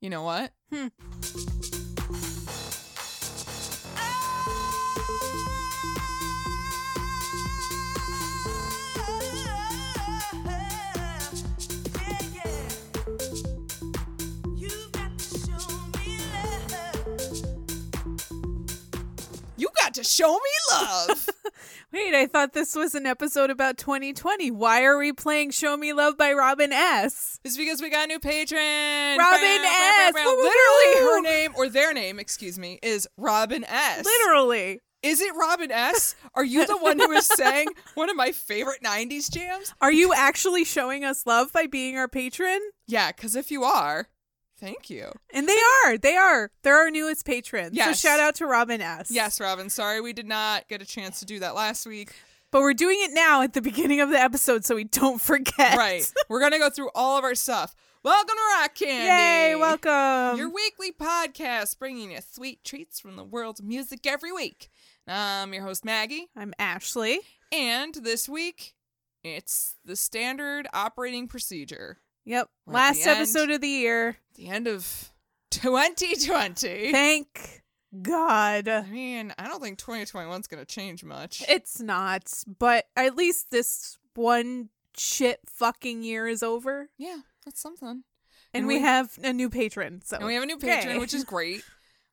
you know what? Hmm. You got to show me love. Wait, I thought this was an episode about 2020. Why are we playing Show Me Love by Robin S? it's because we got a new patron. Robin S. Woo, woo, Literally, her woo. name or their name, excuse me, is Robin S. Literally. Is it Robin S? Are you the one who is saying one of my favorite 90s jams? Are you actually showing us love by being our patron? Yeah, because if you are, thank you. And they are. They are. They're our newest patrons. Yes. So shout out to Robin S. Yes, Robin, sorry we did not get a chance to do that last week. But we're doing it now at the beginning of the episode so we don't forget. Right. We're going to go through all of our stuff. Welcome to Rock Candy. Yay, welcome. Your weekly podcast bringing you sweet treats from the world's music every week. I'm your host, Maggie. I'm Ashley. And this week, it's the standard operating procedure. Yep. We're at Last the end. episode of the year. The end of 2020. Thank God. I mean, I don't think 2021's going to change much. It's not, but at least this one shit fucking year is over. yeah, that's something. And And we we- have a new patron. So And we have a new Yay. patron, which is great.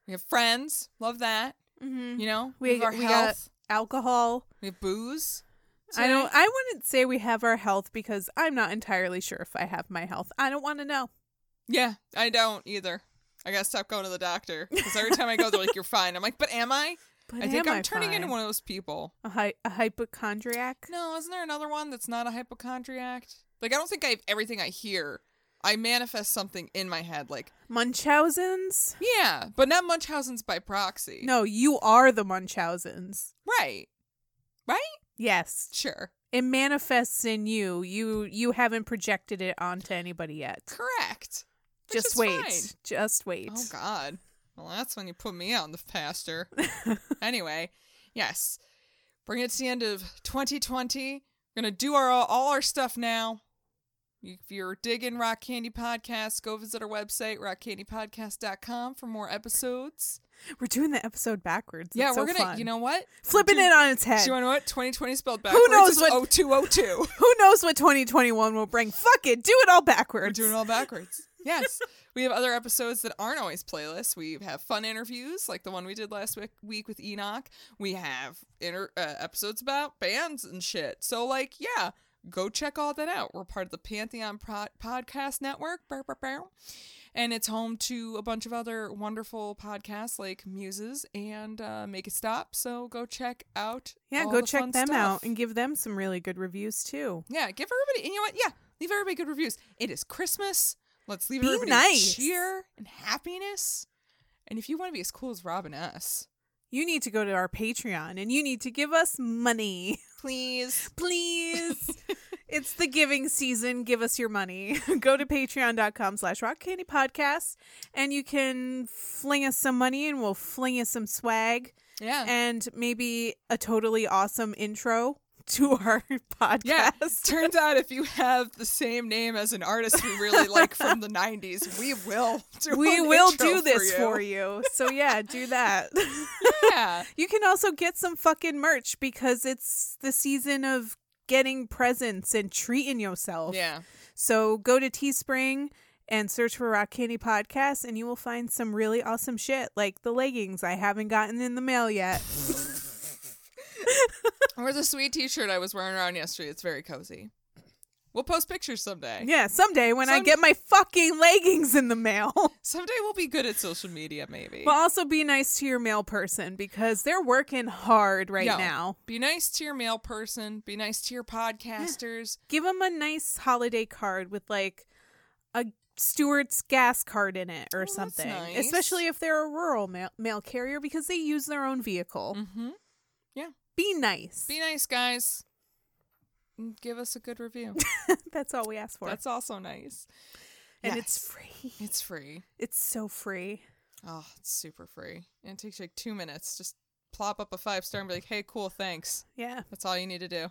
We have friends. Love that. Mhm. You know, We- we, have our we got- health. alcohol. we have booze. I today. don't I wouldn't say we have our health because I'm not entirely sure if I have my health. I don't want to know. Yeah, I don't either. I gotta stop going to the doctor because every time I go, they're like, "You're fine." I'm like, "But am I?" But I think am I'm turning fine? into one of those people. a, hy- a hypochondriac. No, isn't there another one that's not a hypochondriac? Like, I don't think I have everything I hear. I manifest something in my head, like, Munchausen's? yeah, but not Munchausen's by proxy. No, you are the Munchausens. right? Yes. Sure, It manifests in you. You you haven't projected it onto anybody yet. correct. Which Just is wait. fine. Just wait. Oh God. Well, that's when you put me out in the pasture. anyway, yes, bring it to the end of 2020. We're gonna do our all our stuff now. If you're digging Rock Candy Podcast, go visit our website rockcandypodcast.com for more episodes. We're doing the episode backwards. It's yeah, so we're gonna. fun. You know what? flipping do- it on its Do head. you want to know what 2020 spelled backwards? knows is what- 0202. Who knows what 2021 will bring? Fuck it. Do it all backwards. We're doing it all backwards. Yes. we have other episodes that aren't always playlists. We have fun interviews like the one we did last week, week with Enoch. We have inter- uh, episodes about bands and shit. So, like, yeah, go check all that out. We're part of the Pantheon Pro- Podcast Network. Bow, bow, bow. And it's home to a bunch of other wonderful podcasts like Muses and uh, Make It Stop. So go check out. yeah, all go the check fun them out stuff. and give them some really good reviews too. Yeah, give everybody. And you know what? Yeah, leave everybody good reviews. It is Christmas. Let's leave Be everybody nice. cheer and happiness. And if you want to be as cool as Robin S, You need to go to our Patreon and you need to give us money. please. please it's the giving season give us your money go to patreon.com slash rock candy podcast and you can fling us some money and we'll fling you some swag Yeah. and maybe a totally awesome intro to our podcast yeah. Turns out if you have the same name as an artist we really like from the 90s, we will do we an will intro do this for for you so yeah do that Yeah. you can also get some fucking merch because it's the season of getting presents and treating yourself Yeah. So go to Teespring and search for Rock Candy Podcast, and you will find some really awesome shit, like the leggings I haven't gotten in the mail yet. Or the sweet t shirt I was wearing around yesterday. It's very cozy. We'll post pictures someday. Yeah, someday when I Some- get my fucking leggings in the mail. but Someday we'll be good at social media, maybe. also be nice to your mail person because they're working hard right No. now. Be nice to your mail person. Be nice to your podcasters. Give them a nice holiday card with like a Stewart's gas card in it or Oh, that's something. nice. Especially if they're a rural mail, mail carrier because they use their own vehicle. Mm-hmm. Be nice. Be nice, guys. And Give us a good review. That's all we ask for. That's also nice. and Yes. it's free. It's free. It's so free. Oh, it's super free. And it takes you like two minutes. Just plop up a five star and be like, hey, cool, thanks. Yeah. That's all you need to do.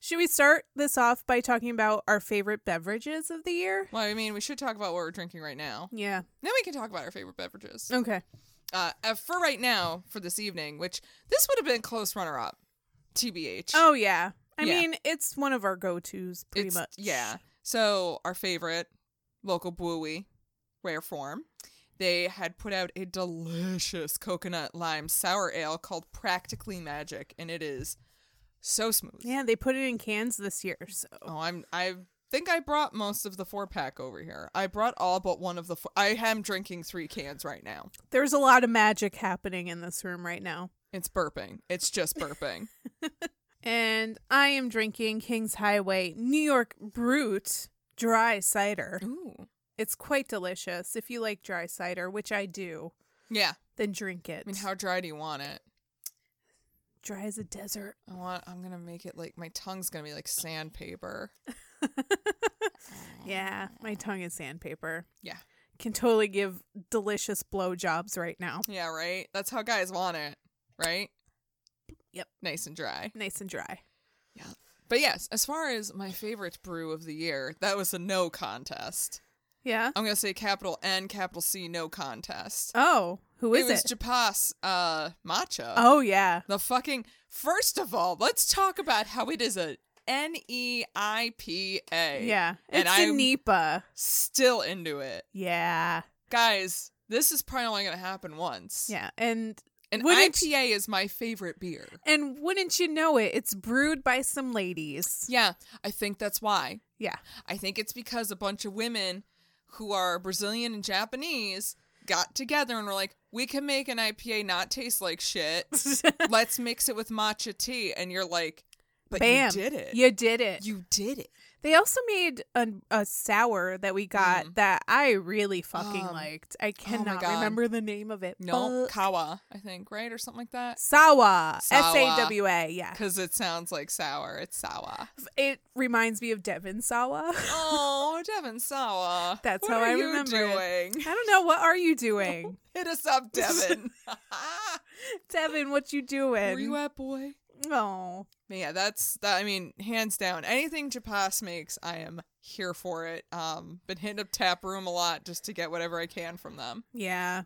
Should we start this off by talking about our favorite beverages of the year? Well, I mean, we should talk about what we're drinking right now. Yeah. Then we can talk about our favorite beverages. Okay. Uh, uh, for right now, for this evening, which this would have been close runner up, TBH. Oh yeah. I Yeah. mean, it's one of our go-tos pretty It's- much. Yeah. So our favorite local brewery, Rare Form, they had put out a delicious coconut lime sour ale called Practically Magic, and it is so smooth. Yeah, they put it in cans this year, so Oh, I'm I think I brought most of the four pack over here. I brought all but one of the four. I am drinking three cans right now. there's a lot of magic happening in this room right now. It's burping. It's just burping. And I am drinking King's Highway New York Brute dry cider. Ooh. It's quite delicious. If you like dry cider, which I do, Yeah. then drink it. I mean, how dry do you want it? dry as a desert. I want. I'm gonna make it like my tongue's gonna be like sandpaper. Yeah, my tongue is sandpaper. Yeah. Can totally give delicious blowjobs right now. Yeah, right. That's how guys want it, right? Yep. Nice and dry. Nice and dry. But yes, as far as my favorite brew of the year, that was a no contest. Yeah. I'm gonna say capital N, capital C, no contest. Oh, who is it was it? Japas uh, matcha. oh yeah. The fucking first of all, let's talk about how it is a N E I P A. Yeah. And It's a I'm- NEPA. Still into it, Yeah. guys. This is probably only gonna happen once. Yeah. And An Wouldn't- IPA is my favorite beer. and wouldn't you know it, it's brewed by some ladies. Yeah, I think that's why. Yeah. I think it's because a bunch of women who are Brazilian and Japanese got together and were like, we can make an IPA not taste like shit. Let's mix it with matcha tea. And you're like, but Bam. you did it. You did it. You did it. They also made a, a sour that we got that I really fucking Mm. Um, liked. I my cannot God. remember the name of it. No, but- kawa, I think, right? Or something like that. Sawa. S Sawa. A W A. Yeah. Because it sounds like sour. It's sawa. It reminds me of Devon Sawa. Oh, Devin Sawa. That's what how are I you remember it. doing? I don't know. What are you doing? Hit us up, Devin. Devin, what you doing? Where you at, boy? oh. But yeah, that's that. I mean, hands down, anything Japas makes, I am here for it. Um, been hitting up Tap Room a lot just to get whatever I can from them. Yeah.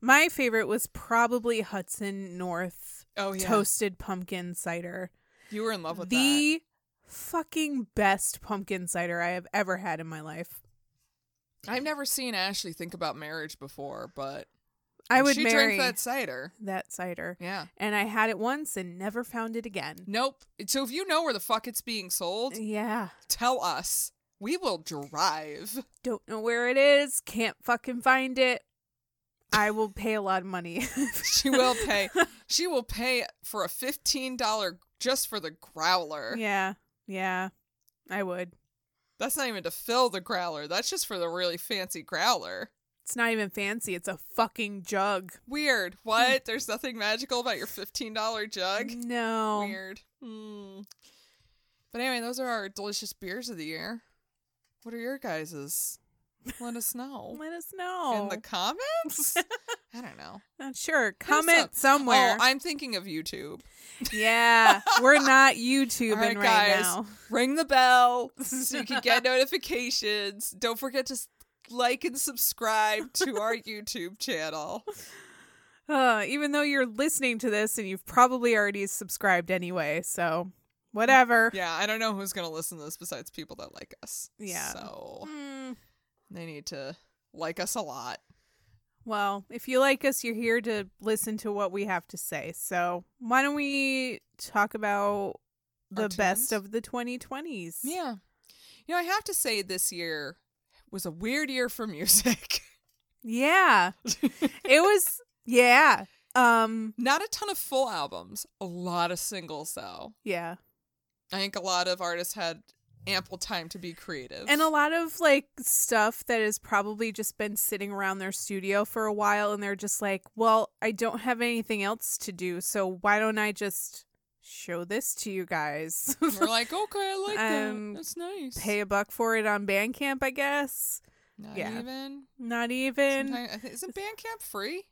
My favorite was probably Hudson North Oh yeah, toasted pumpkin cider. you were in love with that. the fucking best pumpkin cider I have ever had in my life. I've never seen Ashley think about marriage before, but I would she marry drank that cider. that cider. Yeah, And I had it once and never found it again. nope. So if you know where the fuck it's being sold, Eh. Yeah. tell us. We will drive. Don't know where it is. Can't fucking find it. I will pay a lot of money. She will pay. she will pay for a fifteen dollar just for the growler. yeah. Yeah. I would. That's not even to fill the growler. That's just for the really fancy growler. It's not even fancy. It's a fucking jug. Weird. What? There's nothing magical about your $15 jug? No. Weird. Hmm. But anyway, those are our delicious beers of the year. What are your guys's? Let us know. Let us know. In the comments? I don't know. Uh, sure. us Comment up. somewhere. Oh, I'm thinking of YouTube. yeah. We're not YouTubing All right, right, guys. now. Ring the bell so you can get notifications. Don't forget to s- like and subscribe to our YouTube channel. Uh, even though you're listening to this and you've probably already subscribed anyway, so whatever. Yeah, I don't know who's gonna listen to this besides people that like us. Yeah. So Mm, they need to like us a lot. well, if you like us, you're here to listen to what we have to say. So why don't we talk about Our the best tunes? of the 2020s? Yeah. You know, I have to say this year was a weird year for music. Yeah. it was. Yeah. Um. Not a ton of full albums, a lot of singles though. Yeah. I think a lot of artists had ample time to be creative. And a lot of like stuff that has probably just been sitting around their studio for a while and they're just like, well, I don't have anything else to do, so why don't I just show this to you guys? we're like, okay, I like Um, that. That's nice. Pay a buck for it on Bandcamp, I guess. Not yeah. even. Not even. Sometimes- I think- isn't Bandcamp free?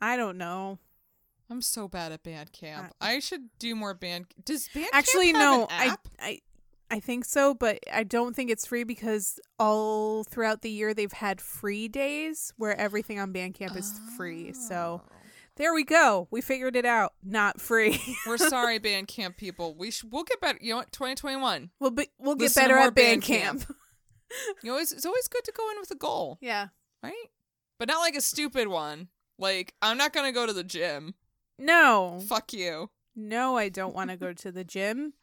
I don't know. I'm so bad at Bandcamp. I should do more band. Does Bandcamp Uh, Actually, have no, an I, app? I, I think so, but I don't think it's free because all throughout the year they've had free days where everything on Bandcamp is free. So Oh. there we go. We figured it out. Not free. We're sorry, Bandcamp people. We sh- we'll get better. You know what? 2021. we'll be, we'll get Listen to better more at Bandcamp. You always it's always good to go in with a goal, yeah. right? But not like a stupid one. Like I'm not gonna go to the gym. No. Fuck you. No, I don't want to go to the gym.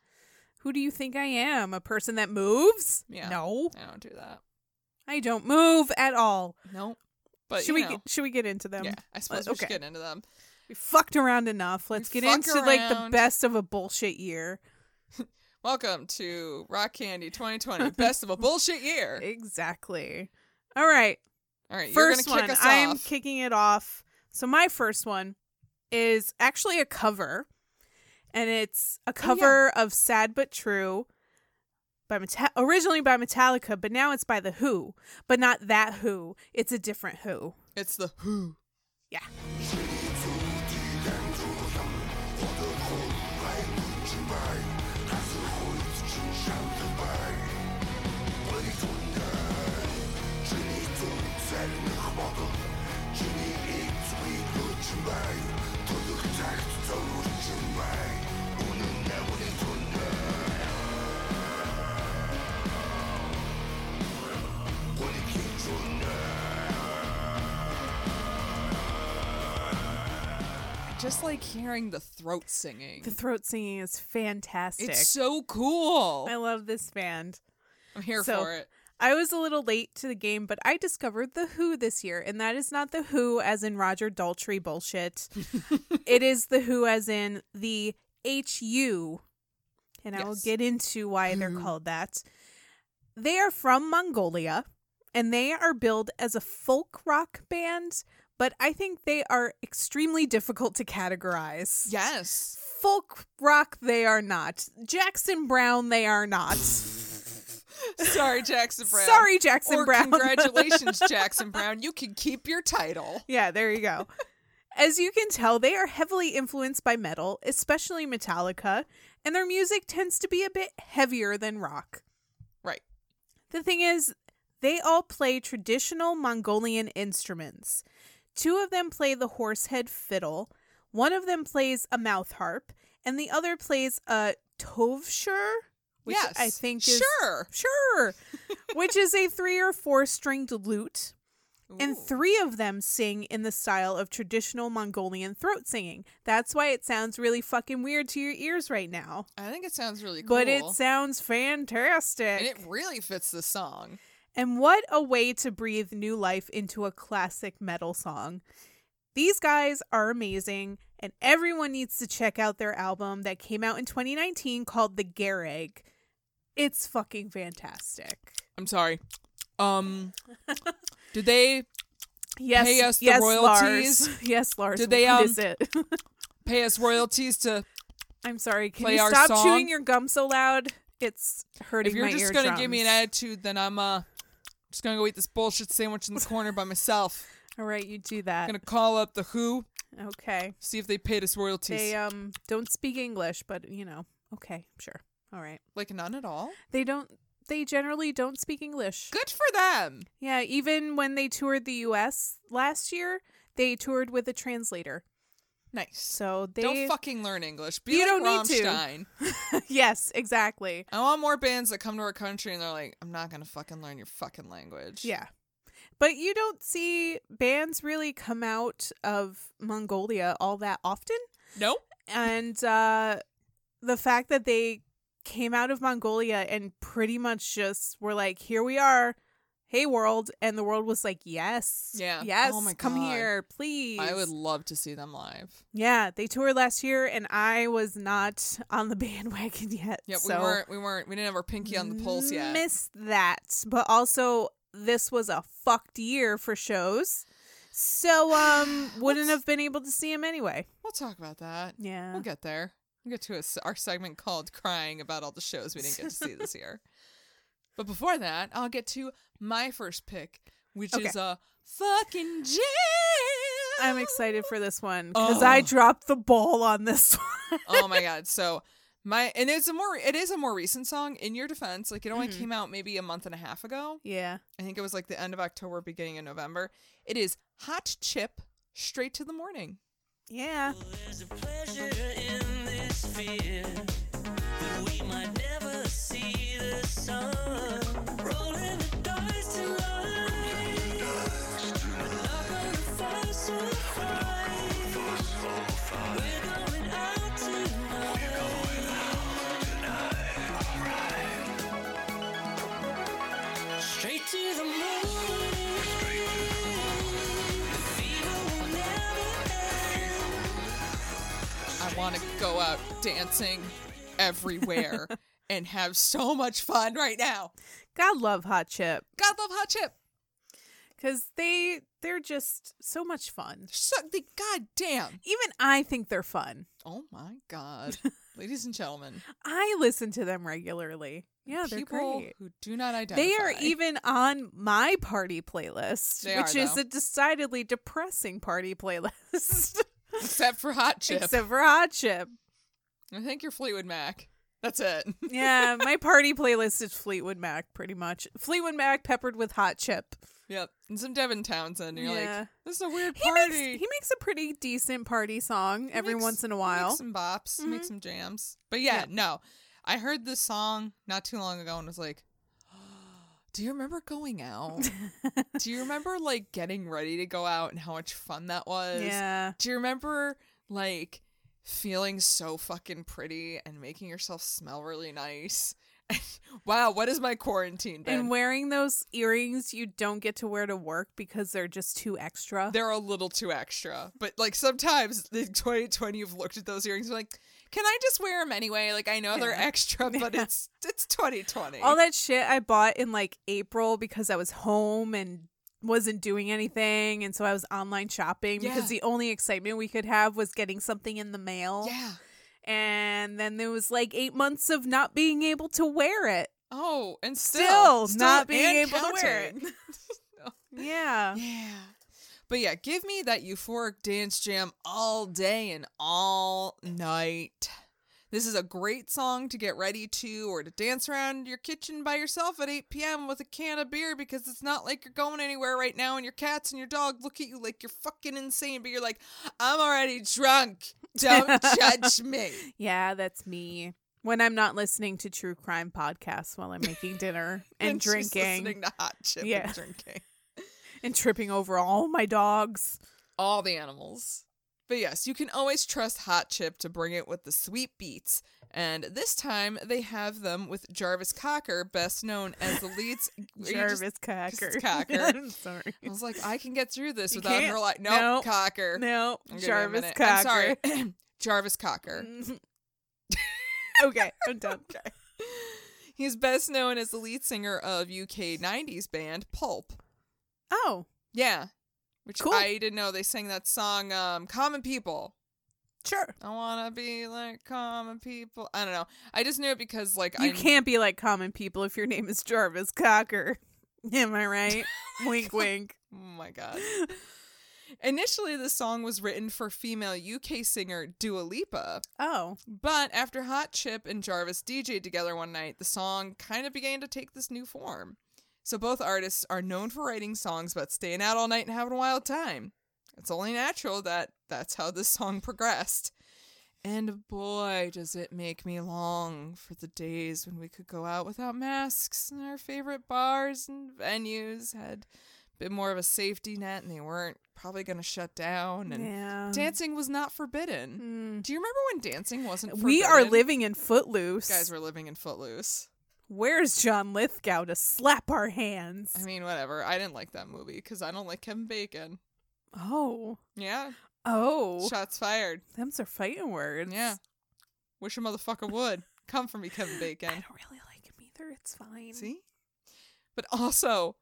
Who do you think I am? A person that moves? Yeah. No, I don't do that. I don't move at all. Nope. But should you we know, get, should we get into them? Uh, yeah, I suppose we okay. should get into them. We fucked around enough. Let's get fuck into like the around. best of a bullshit year. Welcome to Rock Candy 2020, best of a bullshit year. Exactly. All right. All right, first you're gonna one. kick us I'm off. kicking it off. So my first one is actually a cover, and it's Oh, a cover of "Sad but True" by Meta- originally by Metallica, but now it's by the Who, but not that Who. It's a different Who. it's the Who. Yeah. I just like hearing the throat singing. The throat singing is fantastic. it's so cool. I love this band. I'm here so- for it. I was a little late to the game, but I discovered The Who this year, and that is not The Who as in Roger Daltrey bullshit. it is The Who as in the HU, and I will Yes. get into why they're Who. called that. They are from Mongolia, and they are billed as a folk rock band, but I think they are extremely difficult to categorize. Yes. Folk rock, they are not. Jackson Brown, they are not. Sorry, Jackson Brown. Sorry, Jackson or Brown. congratulations, Jackson Brown. You can keep your title. Yeah, there you go. As you can tell, they are heavily influenced by metal, especially Metallica, and their music tends to be a bit heavier than rock. Right. The thing is, they all play traditional Mongolian instruments. Two of them play the horsehead fiddle, one of them plays a mouth harp, and the other plays a tovshir, which yes. I think is Sure. sure, which is a three or four stringed lute and Ooh. three of them sing in the style of traditional Mongolian throat singing. That's why it sounds really fucking weird to your ears right now. I think it sounds really cool. But it sounds and fantastic. it really fits the song. and what a way to breathe new life into a classic metal song. These guys are amazing, and everyone needs to check out their album that came out in 2019 called The Garrig. It's fucking fantastic. I'm sorry. Um did they Yes, Pay us the yes, royalties. Lars. Yes, Lars. Did they, what um, is it? pay us royalties to I'm sorry. Can play you our stop song? chewing your gum so loud? It's hurting if you're my just eardrums. gonna give me an attitude, then I'm uh just gonna go eat this bullshit sandwich in the corner by myself. All right, you do I'm that. gonna call up the Who, Okay. see if they paid us royalties. They um don't speak English, but you know, okay, sure. All right. like none at all. They don't. They generally don't speak English. Good for them. Yeah, even when they toured the U.S. last year, they toured with a translator. Nice. So they don't fucking learn English. Be You like don't need to. Rammstein. yes, exactly. I want more bands that come to our country and they're like, I'm not gonna fucking learn your fucking language. Yeah. But you don't see bands really come out of Mongolia all that often. Nope. and uh, the fact that they came out of Mongolia and pretty much just were like, "Here we are, hey world," and the world was like, "Yes, Yeah. yes, Oh my come God. here, please." I would love to see them live. Yeah, they toured last year, and I was not on the bandwagon yet. Yep, so we weren't we weren't we didn't have our pinky on the pulse yet. Missed that, but also this was a fucked year for shows. So um wouldn't have been able to see him anyway. We'll talk about that. Yeah. We'll get there. We'll get to a s our segment called Crying About All the Shows We Didn't Get to See This Year. But before that, I'll get to my first pick, which Okay. is a fucking jam. I'm excited for this one because Oh. I dropped the ball on this one. oh my god so my and it's a more it is a more recent song in your defense like it only Mhm. came out maybe a month and a half ago Yeah. i think it was like the end of october beginning of november it is hot chip straight to the morning Yeah. There's a pleasure in this fear that we might never see the sun. Rolling the dice tonight. Knock on the first one fight. We're going out tonight. Straight to the moon. The fever will never end. i want to go out dancing everywhere and have so much fun right now God love Hot Chip god love hot chip because they they're just so much fun. so the god damn Even I think they're fun. oh my god ladies and gentlemen I listen to them regularly. Yeah, Oh, they're people great. who do not identify They are even on my party playlist, They which are, is though. a decidedly depressing party playlist, except for hot chip except for Hot Chip. i think you're fleetwood mac that's it Yeah, my party playlist is Fleetwood Mac, pretty much. Fleetwood Mac peppered with Hot Chip. Yep. And some Devin Townsend. And you're Yeah. like, this is a weird He party. makes, he makes a pretty decent party song He every makes- once in a he while. Makes some bops, make Mhm. some jams. But yeah, Yeah. no. I heard this song not too long ago and was like, do you remember going out? do you remember like getting ready to go out and how much fun that was? yeah. Do you remember like feeling so fucking pretty and making yourself smell really nice? wow, what is my quarantine been? And wearing those earrings you don't get to wear to work because they're just too extra. they're a little too extra. But like sometimes in 2020, you've looked at those earrings and like, can I just wear them anyway? Like I know they're Yeah. extra, but it's it's 2020. All that shit I bought in like April because I was home and wasn't doing anything and so I was online shopping Yeah. because the only excitement we could have was getting something in the mail. yeah. And then there was like 8 months of not being able to wear it. Oh, and Still still, not being and able to wear it. counting. Yeah. yeah. But yeah, give me that euphoric dance jam all day and all night. This is a great song to get ready to or to dance around your kitchen by yourself at 8 p.m. with a can of beer because it's not like you're going anywhere right now and your cats and your dog look at you like you're fucking insane, but you're like, I'm already drunk. Don't judge me. Yeah, that's me. When I'm not listening to true crime podcasts while I'm making dinner and, she's drinking listening to hot chip Yeah. and drinking. and tripping over all my dogs. all the animals. But yes, you can always trust Hot Chip to bring it with the sweet beats. And this time they have them with Jarvis Cocker, best known as the lead's you just- Jarvis Cocker. Cocker. I'm sorry. I was like, I can get through this You without her can't. like, no, No. Cocker. No, Give me a Jarvis minute. Cocker. Mm-hmm. I'm sorry, Jarvis Cocker. okay, I'm done. He's best known as the lead singer of UK '90s band Pulp. Oh, Yeah, which Cool. I didn't know they sang that song um, "Common People." sure. I wanna be like common people. I don't know. I just knew it because like You I can't be like common people if your name is Jarvis Cocker. Am I right? wink, wink. Oh my god. Initially, the song was written for female UK singer Dua Lipa, Oh, but after Hot Chip and Jarvis DJ together one night, the song kind of began to take this new form. So both artists are known for writing songs about staying out all night and having a wild time. It's only natural that that's how this song progressed. And boy, does it make me long for the days when we could go out without masks and our favorite bars and venues had a bit more of a safety net and they weren't probably going to shut down and yeah. dancing was not forbidden. Mm. Do you remember when dancing wasn't? Forbidden? We are living in Footloose. Guys were living in Footloose. Where's John Lithgow to slap our hands? I mean, whatever. I didn't like that movie because I don't like Kevin Bacon. oh, Yeah, oh, shots fired. them's are fighting words. Yeah, wish a motherfucker would come for me, Kevin I Bacon. don't really like him either. It's fine. See, but also.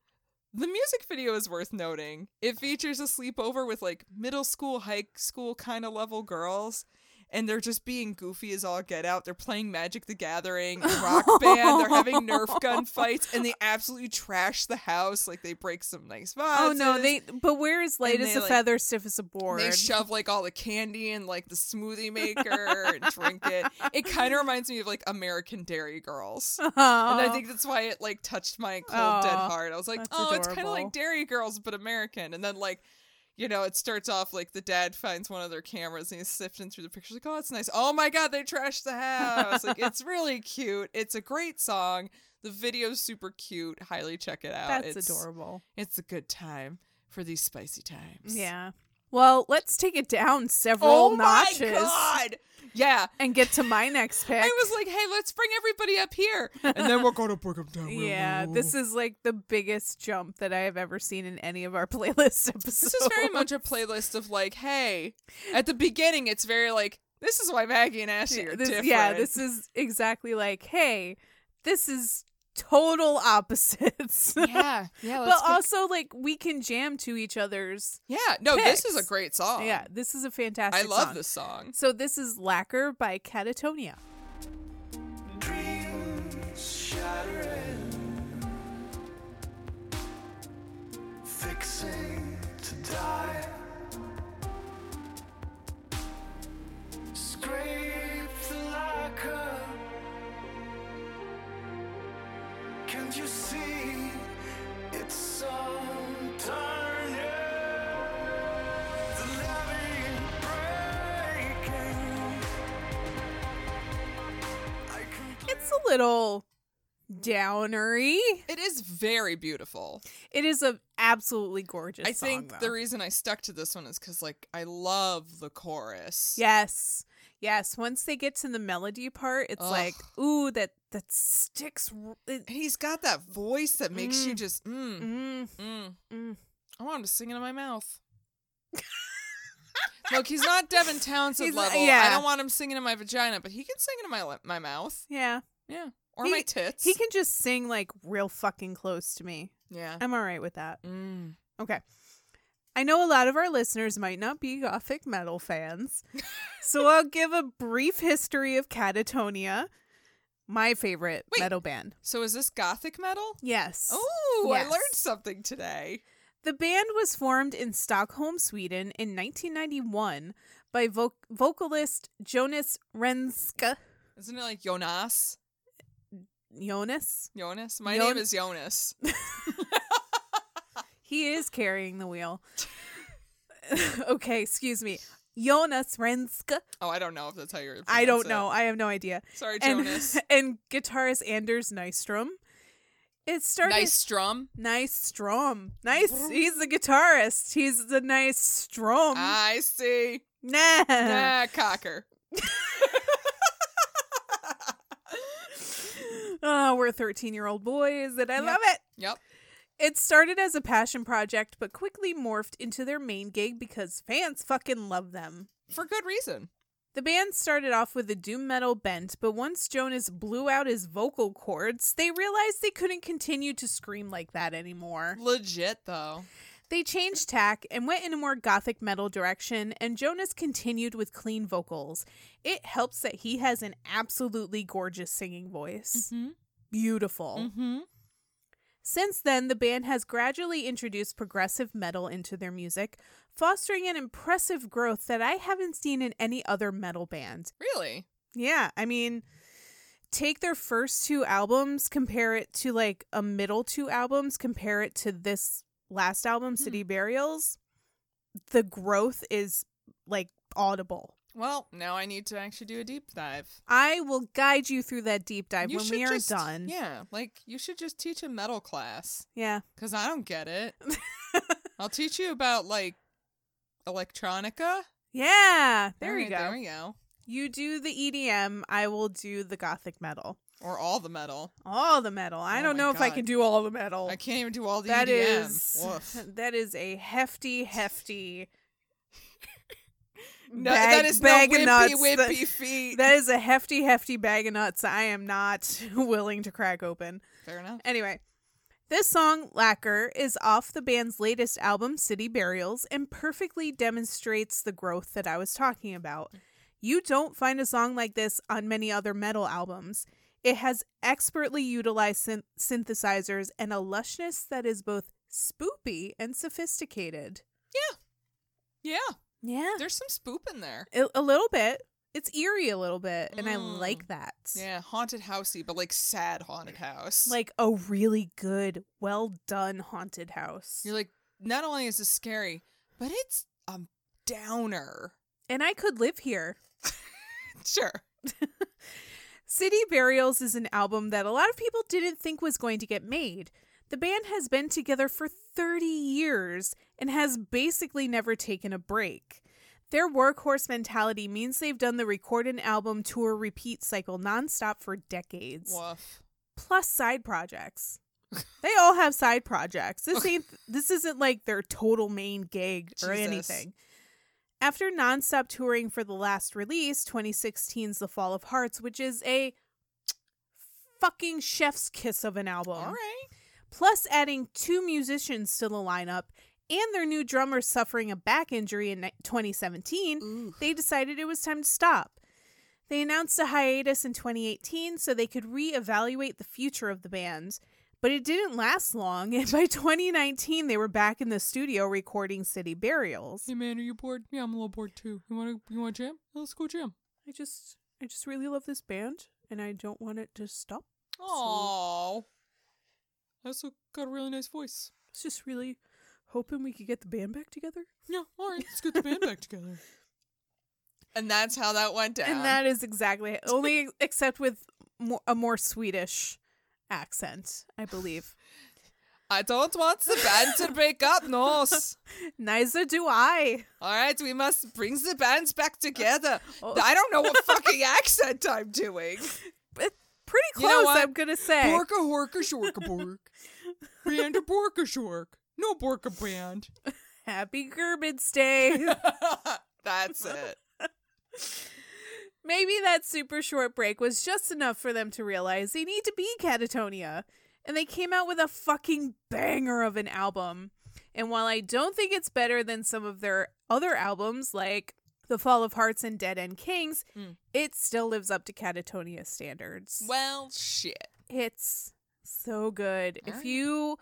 The music video is worth noting. It features a sleepover with like middle school, high school kind of level girls, and they're just being goofy as all get out. They're playing Magic the Gathering, a rock band, they're having Nerf gun fights, and they absolutely trash the house. Like they break some nice vases. Oh no, they but where is light And as they, a like- feather, stiff as a And board? They shove like all the candy in like the smoothie maker and drink it. It kind of reminds me of like American Dairy Girls. And I Oh. think that's why it like touched my cold dead Aw, heart. I was like, that's oh, it's kind of adorable. like Dairy Girls but American. And then like, you know, it starts off like the dad finds one of their cameras and he's sifting through the pictures like, oh, it's nice. Oh my god, they trashed the house. like it's really cute. It's a great song. The video's super cute. Highly check it out. that's oh, it's, adorable. It's a good time for these spicy times. Yeah. Well, let's take it down several Oh notches my god. Yeah. and get to my next pick. I was like, hey, let's bring everybody up here. And then we're going to bring them down. yeah, this is like the biggest jump that I have ever seen in any of our playlist episodes. This is very much a playlist of like, hey, at the beginning, it's very like, this is why Maggie and Ashley are this, different. yeah, this is exactly like, hey, this is total opposites. yeah, yeah. but let's get- also like we can jam to each other's. yeah, no, this is a picks. great song. yeah, this is Oh. a I fantastic love song. this song. So this is Lacquer by Catatonia. Dreams shattering, fixing to die. Scrape the lacquer. Can't you see it's undone? Yeah. The levee breaking. I can It's a little downery. It is very beautiful. It is a absolutely gorgeous. I think song, though. the reason I stuck to this one is because, like, I love the chorus. yes, yes. Once they get to the melody part, it's Ugh. like ooh that that sticks. r- It, And he's got that voice that makes you Mm. just, mm, mm, mm. mm. I want him to sing it in my mouth. Look, he's not Devin Townsend He's- level. I yeah. don't want him singing in my vagina, but he can sing it in my li- my mouth. Yeah, Yeah, or He- my tits. he can just sing like real fucking close to me. Yeah. I'm all right with that. Mm. Okay. I know a lot of our listeners might not be gothic metal fans, so I'll give a brief history of Catatonia, my favorite Wait. metal band. So is this gothic metal? Yes. Oh, I Yes. learned something today. The band was formed in Stockholm, Sweden in 1991 by vo- vocalist Jonas Renska. Isn't it like Jonas? Jonas? Jonas. My Jon- name is Jonas. He is carrying the wheel. okay, excuse me. Jonas Renska. Oh, I don't know if that's how you're. I don't pronounce it. know. I have no idea. Sorry, and, Jonas. and guitarist Anders Nystrom. It started nice strum. Nystrom. Nice. He's the guitarist. He's the nice strum. I see. nah. Nah, cocker. Oh, we're 13 year old boys, and I Yep. love it. Yep. It started as a passion project, but quickly morphed into their main gig because fans fucking love them. For good reason. The band started off with a doom metal bent, but once Jonas blew out his vocal cords, they realized they couldn't continue to scream like that anymore. Legit though. They changed tack and went in a more gothic metal direction, and Jonas continued with clean vocals. It helps that he has an absolutely gorgeous singing voice. Beautiful. Mm-hmm. Since then, the band has gradually introduced progressive metal into their music, fostering an impressive growth that I haven't seen in any other metal band. Really? Yeah, I mean, take their first two albums, compare it to like a middle two albums, compare it to this last album, Hmm. City Burials. The growth is like audible. Well, now I need to actually do a deep dive. I will guide you through that deep dive You when should we are just- done. Yeah, like you should just teach a metal class yeah. because I don't get it. I'll teach you about like electronica. Yeah. There you Alright, go. There we go. You do the EDM, I will do the gothic metal. Or all the metal. All the metal. I Oh don't my know if I God. can do all the metal. I can't even do all the That EDM. is Woof. that is a hefty, hefty. No, bag- that is bag no of wimpy, nuts. wimpy feet. That is a hefty, hefty bag of nuts. I am not willing to crack open. Fair enough. Anyway, this song, Lacquer, is off the band's latest album, City Burials, and perfectly demonstrates the growth that I was talking about. You don't find a song like this on many other metal albums. It has expertly utilized syn- synthesizers and a lushness that is both spoopy and sophisticated. Yeah, Yeah. there's some spoop in there. A, a little bit. It's eerie a little bit, and I Mm. like that. Yeah, haunted housey, but like sad haunted house. Like a really good, well done haunted house. you're like, not only is this scary, but it's a downer. and I could live here. Sure. City Burials is an album that a lot of people didn't think was going to get made. The band has been together for 30 years and has basically never taken a break. Their workhorse mentality means they've done the record an album tour repeat cycle nonstop for decades, Woof. plus side projects. they all have side projects. This ain't this isn't like their total main gig or Jesus. anything. After nonstop touring for the last release, 2016's The Fall of Hearts, which is a fucking chef's kiss of an album, All right. plus adding two musicians to the lineup and their new drummer suffering a back injury in ni- 2017, Ooh. they decided it was time to stop. They announced a hiatus in 2018 so they could reevaluate the future of the band, but it didn't last long, and by 2019 they were back in the studio recording City Burials. Hey man, are you bored? Yeah, I'm a little bored too. You wanna you wanna jam? Let's go jam. I just I just really love this band and I don't want it to stop. Oh. I also got a really nice voice. It's just really hoping we could get the band back together. Yeah, all right, let's get the band back together. And that's how that went down. And that is exactly it. Only except with more, a more Swedish accent, I believe. I don't want the band to break up, no. Neither do I. All right, we must bring the bands back together. Oh. I don't know what fucking accent I'm doing. Pretty You know close, what? I'm gonna say. Borka horka shorka bork. Band a borka shork. No borka band. Happy Gerbid's Day. That's it. Maybe that super short break was just enough for them to realize they need to be Catatonia. And they came out with a fucking banger of an album. And while I don't think it's better than some of their other albums, like The Fall of Hearts and Dead End Kings, Mm. it still lives up to Catatonia standards. Well, shit. It's so good. All if right. you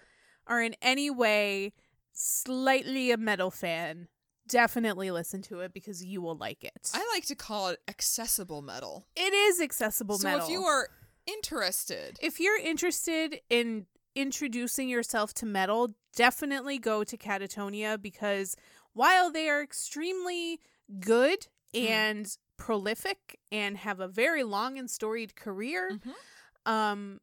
are in any way slightly a metal fan, definitely listen to it because you will like it. I like to call it accessible metal. it is accessible so metal. if you are interested, if you're interested in introducing yourself to metal, definitely go to Catatonia because while they are extremely good Mm. and prolific and have a very long and storied career, Mhm. um,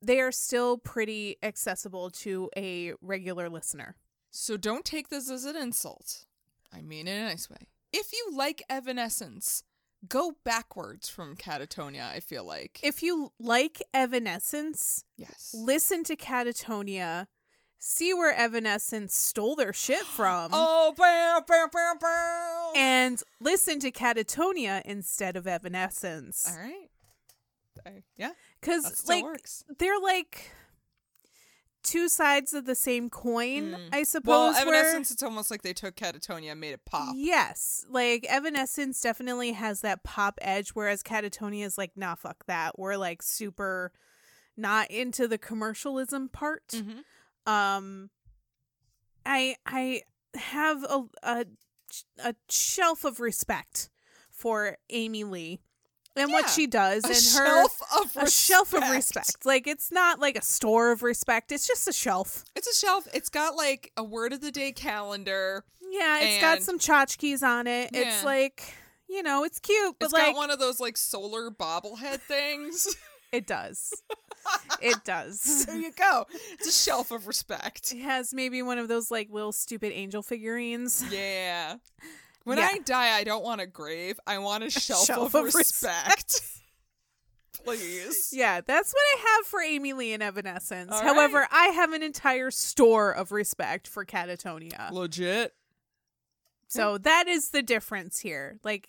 they are still pretty accessible to a regular listener. So don't take this as an insult. I mean it in a nice way. If you like Evanescence, go backwards from Catatonia, I feel like. If you like Evanescence, yes. listen to Catatonia, see where Evanescence stole their shit from. Oh, bam, bam, bam, bam. and listen to Catatonia instead of Evanescence. All right. I- yeah, that Because, still like, works. they're like two sides of the same coin, Mm. I suppose. Well, where- Evanescence, it's almost like they took Catatonia and made it pop. Yes. Like, Evanescence definitely has that pop edge, whereas Catatonia is like, nah, fuck that. We're like super not into the commercialism part. Mm-hmm. um i i have a a, a shelf of respect for amy lee and Yeah. what she does A and her shelf of a shelf of respect like it's not like a store of respect it's just a shelf It's a shelf. It's got like a word of the day calendar. yeah it's got And- some tchotchkes on it Yeah. it's like you know it's cute but It's like got one of those like solar bobblehead things. it does it does there you go. It's a shelf of respect. it has maybe one of those like little stupid angel figurines Yeah. When Yeah. I die, I don't want a grave. I want a shelf, shelf of, of respect. Please. Yeah, that's what I have for Amy Lee and Evanescence. All However, I have an entire store of respect for Catatonia. Legit. So that is the difference here. Like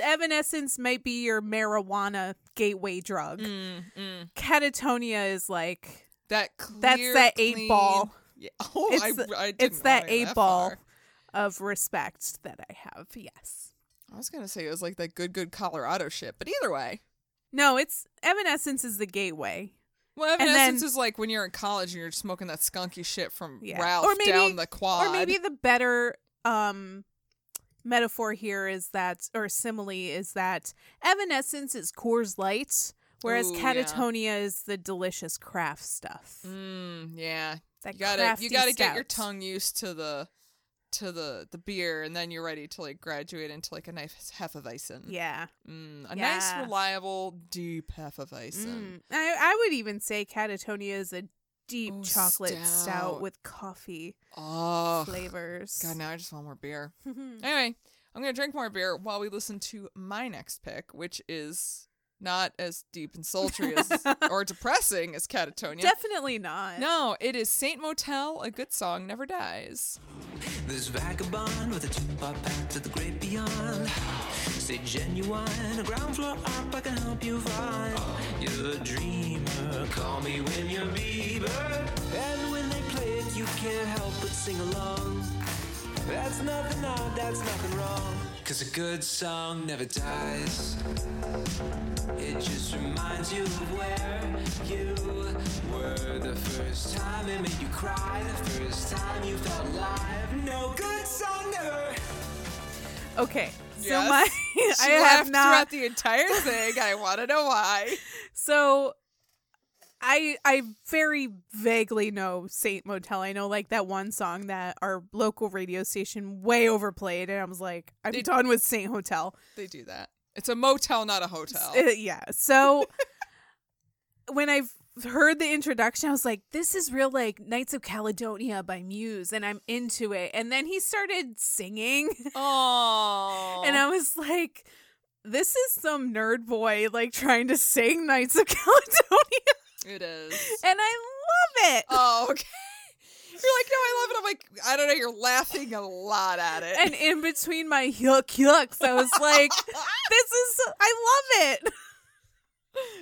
Evanescence might be your marijuana gateway drug. Mm, mm. Catatonia is like That clear, Mm-hmm. that's that eight clean- ball Yeah. Oh, It's I, the- I didn't it's that wanna go eight ball far. of respect that I have. Yes. I was gonna say it was like that good, good Colorado shit, but either way, No, it's Evanescence is the gateway. well, And Evanescence then- is like when you're in college and you're smoking that skunky shit from Yeah. Ralph Or maybe- down the quad. Or maybe the better um metaphor here is that or simile is that Evanescence is Coors Light, whereas Ooh, yeah. Catatonia is the delicious craft stuff. Mm, yeah, That you gotta crafty you gotta get your stout. tongue used to the to the the beer, and then you're ready to like graduate into like a nice hefeweizen. Yeah. mm, a nice Yeah. reliable deep hefeweizen. Mm. I I would even say Catatonia is a deep Ooh, chocolate stout. stout. with coffee Oh flavors. Mm-hmm. God, now I just want more beer. Mm. Anyway, I'm gonna drink more beer while we listen to my next pick, which is not as deep and sultry as or depressing as Catatonia. Definitely not. no, it is Saint Motel, a good song never dies. This vagabond with a two-part path to the great beyond. Say genuine, a ground floor up, I can help you find. You're a dreamer, call me when you're Bieber. And when they play it, you can't help but sing along. That's nothing odd, that's nothing wrong. Cause a good song never dies. It just reminds you of where you were the first time it made you cry, the first time you felt alive. No good song never. Okay. So Yes. my I She have laughed not throughout the entire thing. I want to know why. So I I very vaguely know Saint Motel. I know like that one song that our local radio station way overplayed and I was like, I'm Did- done with Saint Hotel. They do that. It's a motel, not a hotel. Uh, yeah. So when I've heard the introduction, I was like, this is real like Knights of Caledonia by Muse and I'm into it. And then he started singing Oh, and I was like this is some nerd boy like trying to sing Knights of Caledonia it is. and I love it. Oh, okay. You're like, no, I love it. I'm like, I don't know. You're laughing a lot at it. and in between my yuck yucks, I was like, "This is I love it.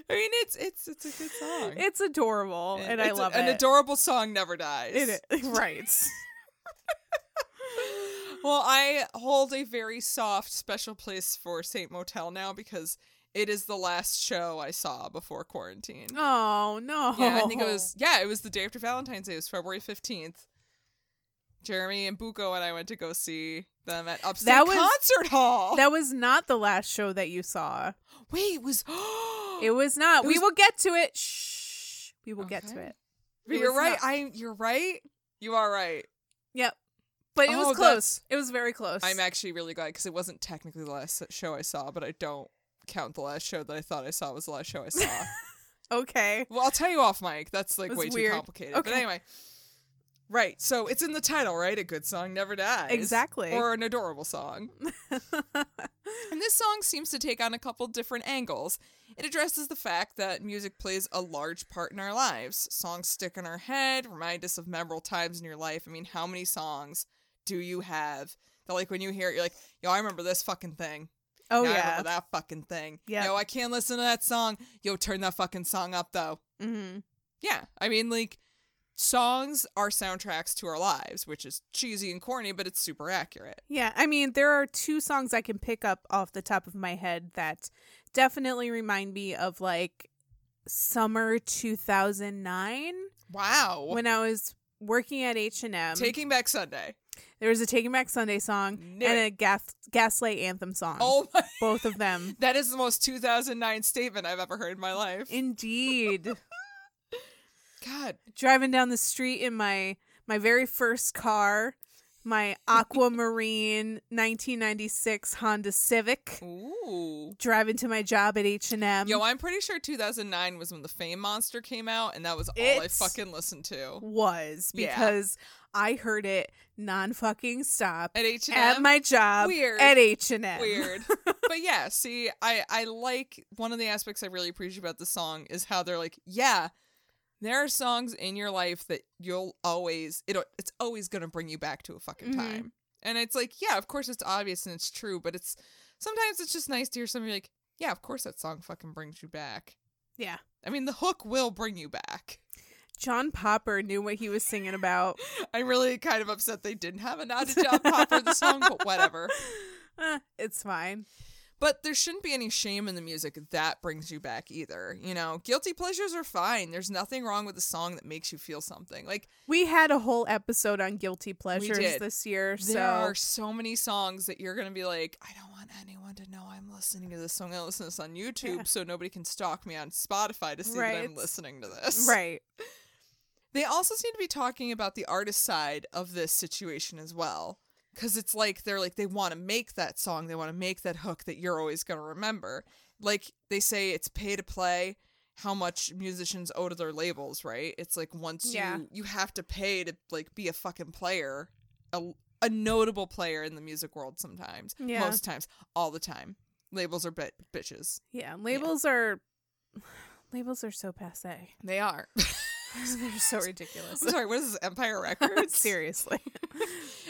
I mean, it's it's it's a good song. It's adorable, It- and I it's a- love An it. adorable song never dies. It is- right? Well, I hold a very soft special place for Saint Motel now because it is the last show I saw before quarantine. Oh no! Yeah, I think it was yeah, it was the day after Valentine's Day. It was February fifteenth. Jeremy and Buko and I went to go see them at Upstate That was- Concert Hall. that was not the last show that you saw. Wait, it was It was not. It we was- will get to it. Shh. We will get to Okay. it. But it you're was right. not- I you're right. You are right. Yep. But it Oh, was close. It was very close. I'm actually really glad because it wasn't technically the last show I saw, but I don't count the last show that I thought I saw was the last show I saw. okay. well, I'll tell you off mic. That's like That's way weird. too complicated. But Okay. anyway. Right. So it's in the title, right? A good song never dies. Exactly. Or an adorable song. and this song seems to take on a couple different angles. It addresses the fact that music plays a large part in our lives. Songs stick in our head, remind us of memorable times in your life. I mean, how many songs do you have that, like, when you hear it, you're like, yo, I remember this fucking thing. Oh Now I yeah. remember that fucking thing. Yep. Yo, I can't listen to that song. Yo, turn that fucking song up, though. hmm Yeah. I mean, like, songs are soundtracks to our lives, which is cheesy and corny, but it's super accurate. Yeah, I mean, there are two songs I can pick up off the top of my head that definitely remind me of like summer 2009 Wow. when I was working at H&M. Taking Back Sunday. there was a Taking Back Sunday song Knew and a gas- Gaslight Anthem song. Oh my. Both of them. That is the most 2009 statement I've ever heard in my life. Indeed. God. Driving down the street in my my very first car, my Aquamarine 1996 Honda Civic. Ooh. Driving to my job at H&M. Yo, I'm pretty sure 2009 was when the Fame Monster came out, and that was all I It's- fucking listened to was Yeah. because I heard it non fucking stop at H and M. at my job Weird. at H and M. weird but yeah see i i like one of the aspects i really appreciate about the song is how they're like yeah there are songs in your life that you'll always it it's always gonna bring you back to a fucking Mhm. time and it's like yeah of course it's obvious and it's true but it's sometimes it's just nice to hear somebody like yeah of course that song fucking brings you back Yeah, i mean the hook will bring you back John Popper knew what he was singing about. i'm really kind of upset they didn't have a nod to john popper in the song but whatever Eh, it's fine. But there shouldn't be any shame in the music that brings you back either. You know, guilty pleasures are fine. There's nothing wrong with a song that makes you feel something. Like We had a whole episode on guilty pleasures did. this year, there so are so many songs that you're gonna be like, I don't want anyone to know I'm listening to this song. I listen to this on YouTube Yeah. so nobody can stalk me on Spotify to see that I'm Right. listening to this. right. They also seem to be talking about the artist side of this situation as well. Cause it's like they're like they want to make that song, they want to make that hook that you're always gonna remember. Like they say it's pay to play how much musicians owe to their labels, right? It's like once Yeah. you you have to pay to like be a fucking player, a, a notable player in the music world sometimes. Yeah. Most times, all the time. Labels are bit bitches. Yeah, labels are labels are so passe. They are. They're so I'm ridiculous. sorry, what is this? Empire Records? Seriously.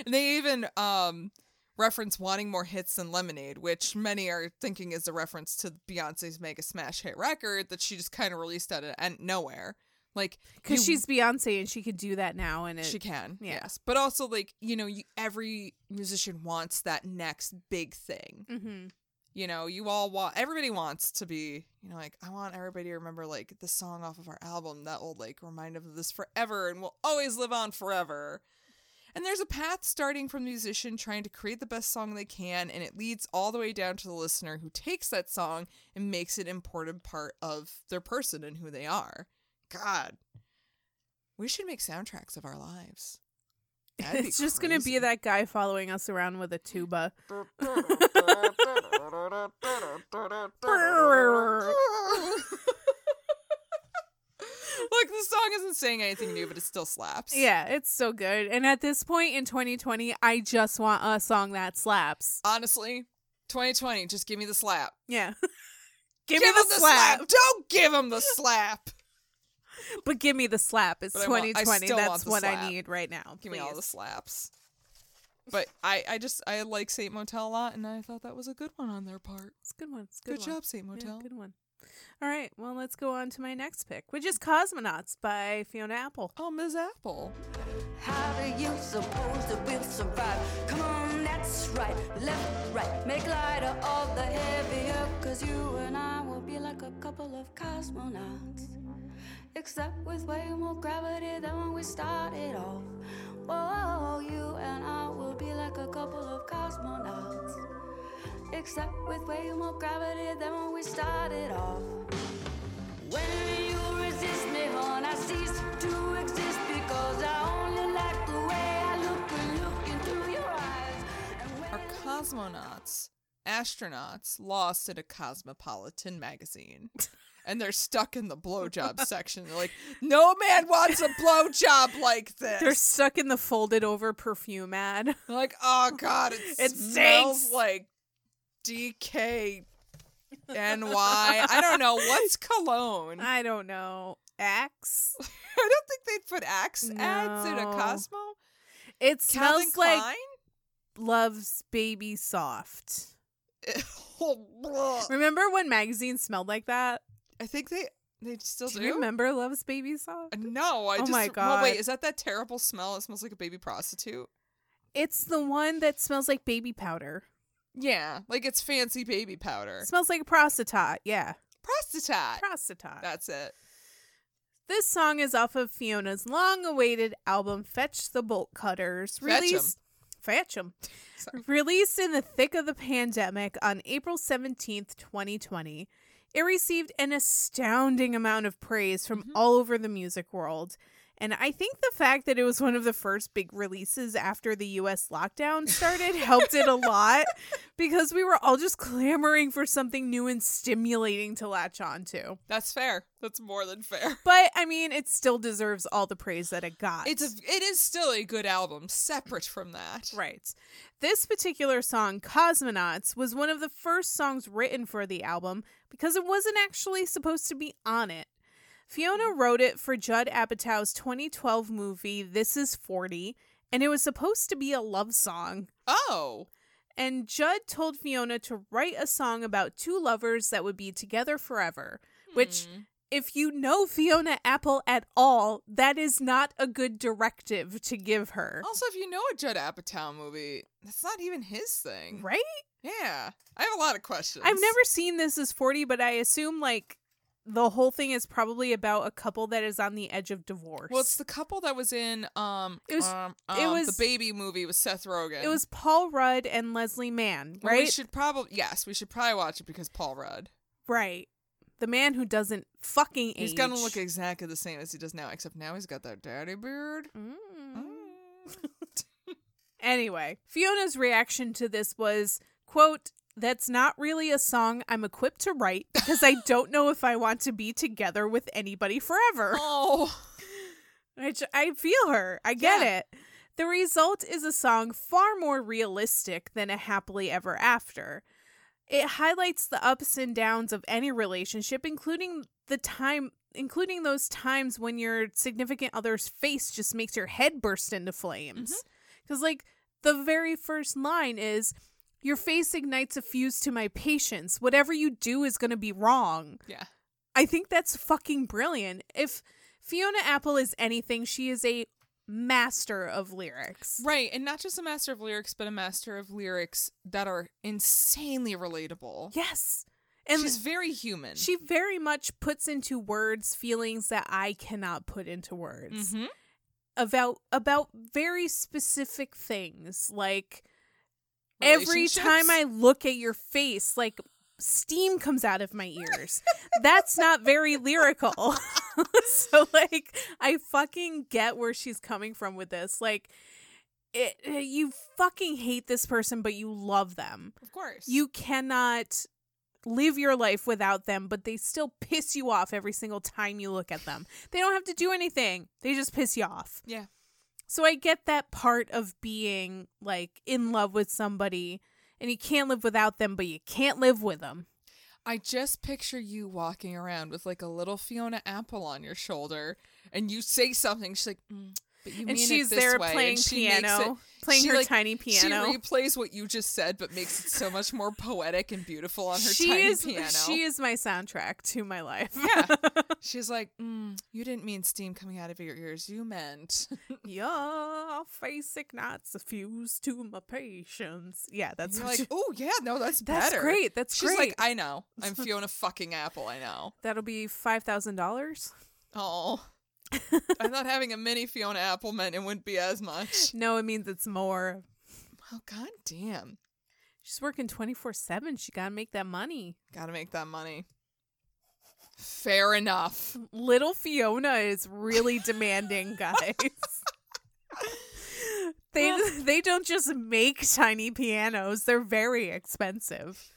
And they even um reference wanting more hits than Lemonade, which many are thinking is a reference to Beyonce's mega smash hit record that she just kind of released out of and nowhere. Like Because you- she's Beyonce and she could do that now and it she can, yeah. yes, but also like you know, you, every musician wants that next big thing. hmm You know, you all want everybody wants to be. You know, like I want everybody to remember like the song off of our album that will like remind them of this forever and will always live on forever. And there's a path starting from the musician trying to create the best song they can, and it leads all the way down to the listener who takes that song and makes it an important part of their person and who they are. God, we should make soundtracks of our lives. That'd be It's just gonna be crazy. that guy following us around with a tuba. Look, the song isn't saying anything new, but it still slaps. Yeah, it's so good. And at this point in 2020, I just want a song that slaps. Honestly, 2020, just give me the slap. Yeah. give, me the, slap, Don't give him the slap. But give me the slap. It's But I want- I 2020. still want That's the what I slap. need right now. Give me all the please. slaps. But I, I just I like Saint Motel a lot, and I thought that was a good one on their part. It's a good one. It's a Good, good, one. job, Saint Yeah, Motel. good one. All right. Well, let's go on to my next pick, which is Cosmonauts by Fiona Apple. Oh, Ms. Apple. How do you suppose that we'll survive? Come on, that's right, left, right. Make lighter all the heavier, cause you and I will be like a couple of cosmonauts. Except with way more gravity than when we started off. Whoa, you and I will be like a couple of cosmonauts. Except with way more gravity than when we started off. When you resist me, hon, I cease to exist because I only like the way I look and look into your eyes. And when Are cosmonauts, astronauts, lost in a cosmopolitan magazine? And they're stuck in the blowjob section. They're like, no man wants a blowjob like this. They're stuck in the folded over perfume ad. They're like, oh god, it, It smells stinks." like DK NY. I don't know what's cologne. I I don't know. Axe. don't think they'd put Axe ads in a No. Cosmo. It Calvin smells Klein. like Love's Baby Soft. Oh, bleh. Remember when magazines smelled like that? I think they they still do. Do you remember Love's Baby Soft? No, I Oh just. my Well, wait, God. is that that terrible smell? It smells like a baby prostitute. It's the one that smells like baby powder. Yeah, like it's fancy baby powder. smells like prostatot. Yeah. Prostitute. Prostatot. That's it. This song is off of Fiona's long awaited album Fetch the Bolt Cutters, Fetch 'em. released Fetch 'em. Sorry. Released in the thick of the pandemic on April 17th, 2020. It received an astounding amount of praise from Mm-hmm. all over the music world. And I think the fact that it was one of the first big releases after the US lockdown started helped it a lot because we were all just clamoring for something new and stimulating to latch on to. That's fair. That's more than fair. But I mean, it still deserves all the praise that it got. It's a, it is still a good album, separate from that. right. This particular song, Cosmonauts, was one of the first songs written for the album because it wasn't actually supposed to be on it. Fiona wrote it for Judd Apatow's 2012 movie This Is 40, and it was supposed to be a love song. Oh, And Judd told Hmm. Fiona to write a song about two lovers that would be together forever, which if you know Fiona Apple at all, that is not a good directive to give her. Also, if you know a Judd Apatow movie, that's not even his thing. Right? Yeah. I have a lot of questions. I've never seen this as 40, but I assume like the whole thing is probably about a couple that is on the edge of divorce. Well, it's the couple that was in um It was- um, it um, was- the baby movie with Seth Rogen. it was Paul Rudd and Leslie Mann, Well, right? We should probably yes, we should probably watch it because Paul Rudd. Right. The man who doesn't fucking He's age. gonna look exactly the same as he does now, except now he's got that daddy beard. Mm. Oh. Anyway, Fiona's reaction to this was, quote, that's not really a song I'm equipped to write because I don't know if I want to be together with anybody forever. oh, Which I feel her. I get Yeah. it. The result is a song far more realistic than a happily ever after. It highlights the ups and downs of any relationship, including the time including those times when your significant other's face just makes your head burst into flames. Cuz like the very first line is your face ignites a fuse to my patience. Whatever you do is going to be wrong. yeah. I think that's fucking brilliant. If Fiona Apple is anything, she is a master of lyrics. Right, and not just a master of lyrics, but a master of lyrics that are insanely relatable. Yes. And And she's very human. she very much puts into words feelings that I cannot put into words Mhm. about about very specific things like every time I Relationships. look at your face like steam comes out of my ears. That's not very lyrical. so like I fucking get where she's coming from with this. Like it, eh, you fucking hate this person but you love them. of course You cannot live your life without them, but they still piss you off every single time you look at them. They don't have to do anything. They just piss you off. yeah So I get that part of being like in love with somebody and you can't live without them, but you can't live with them. I just picture you walking around with like a little Fiona Apple on your shoulder, and you say something. She's like, mm, "But you And mean she's it this there way," and playing she makes piano, it- playing she, her like- tiny piano. She replays what you just said, but makes it so much more poetic and beautiful on her she tiny is piano. she is my soundtrack to my life. yeah. She's like, mm, "You didn't mean steam coming out of your ears. You meant." Your face ignites a fuse to my patience. Yeah, that's You're what like, she- "Oh yeah, no, that's, That's better." great. That's She's great. like, "I know. I'm Fiona fucking Apple. I know." That'll be five thousand dollars. Oh. I thought having a mini Fiona Apple meant it wouldn't be as much. No, it means it's more. Oh god damn. She's working twenty four seven. She gotta make that money. Gotta make that money. Fair enough. Little Fiona is really demanding, guys. they they don't just make tiny pianos; they're very expensive.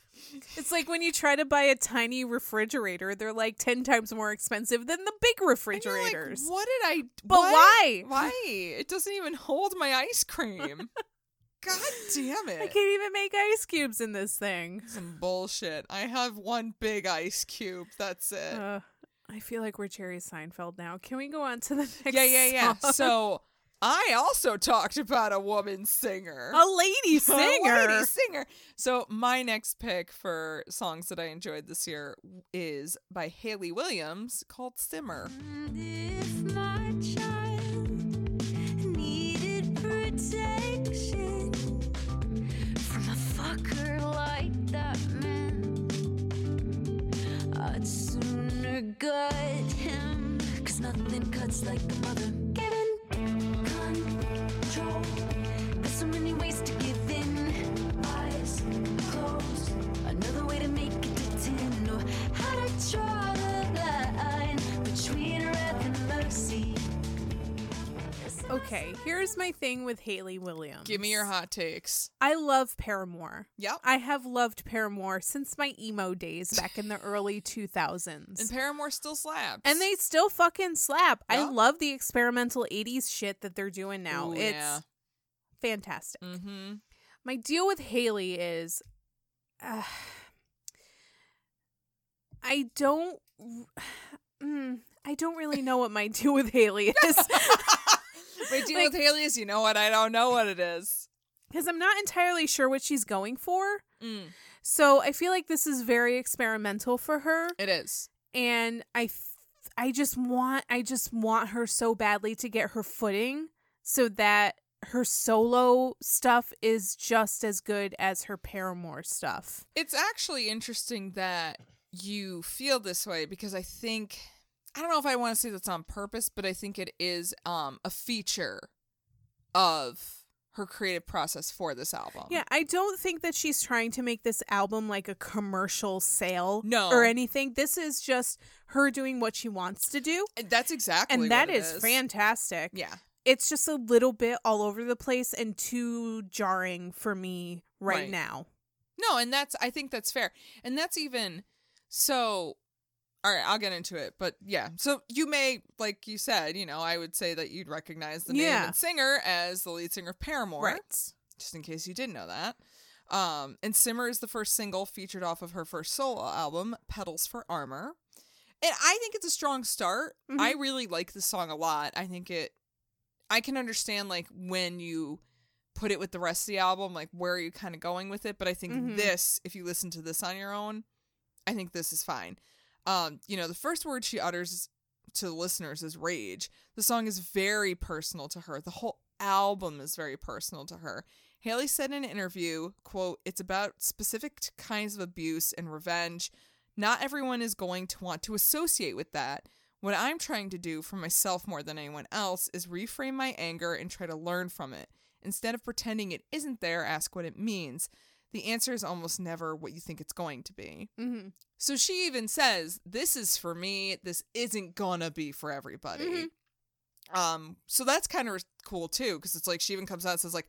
It's like when you try to buy a tiny refrigerator; they're like ten times more expensive than the big And you're like, refrigerators. what did I But what? why? Why? It doesn't even hold my ice cream. god damn I it. can't even make ice cubes in this thing. Some bullshit. I have one big ice cube. That's it. Uh, I feel like we're Jerry Seinfeld now. Can we go on to the next? yeah, yeah, yeah. song? So I also talked about a woman singer. a lady A singer. lady singer. So my next pick for songs that I enjoyed this year is by Haley Williams called Simmer. And if my child needed protection from a fucker like that man, I'd sooner gut him. Cause nothing cuts like a mother. Get in control. There's so many ways to give in. Eyes closed. Another way to make it to ten. Or how to draw the line between wrath and mercy. Okay, here's my thing with Haley Williams. Give me your hot takes. I love Paramore. Yep. I have loved Paramore since my emo days back in the early 2000s. And Paramore still slaps. And they still fucking slap. I Yeah. love the experimental 80s shit that they're doing now. Ooh, it's yeah. fantastic. Mm-hmm. My deal with Haley is uh, I don't mm, I don't really know what my deal with Haley is. My deal Like- with Haley is, you know what? I don't know what it is. because I'm not entirely sure what she's going for. Mm. So I feel like this is very experimental for her. It is. And I I just want I just want her so badly to get her footing so that her solo stuff is just as good as her Paramore stuff. It's actually interesting that you feel this way because I think I don't know if I want to say that's on purpose, but I think it is um a feature of her creative process for this album. Yeah, I don't think that she's trying to make this album like a commercial sale No. or anything. This is just her doing what she wants to do. And That's exactly And that what it is, fantastic. Yeah. It's just a little bit all over the place and too jarring for me right, Right. now. No, and that's I think that's fair. And that's even so all right, I'll get into it. But yeah. So you may, like you said, you know, I would say that you'd recognize the name Yeah. and singer as the lead singer of Paramore. Right. just in case you didn't know that. Um, and Simmer is the first single featured off of her first solo album, Pedals for Armor. And I think it's a strong start. Mhm. I really like this song a lot. I think it, I can understand like when you put it with the rest of the album, like where are you kind of going with it. But I think Mhm. this, if you listen to this on your own, I think this is fine. Um, you know, the first word she utters to the listeners is rage. The song is very personal to her. The whole album is very personal to her. Haley said in an interview, quote, it's about specific t- kinds of abuse and revenge. Not everyone is going to want to associate with that. What I'm trying to do for myself more than anyone else is reframe my anger and try to learn from it. Instead of pretending it isn't there, ask what it means. The answer is almost never what you think it's going to be. Mm-hmm. So she even says, "This is for me. This isn't gonna be for everybody." Um, so that's kind of cool too, because it's like she even comes out and says, "Like,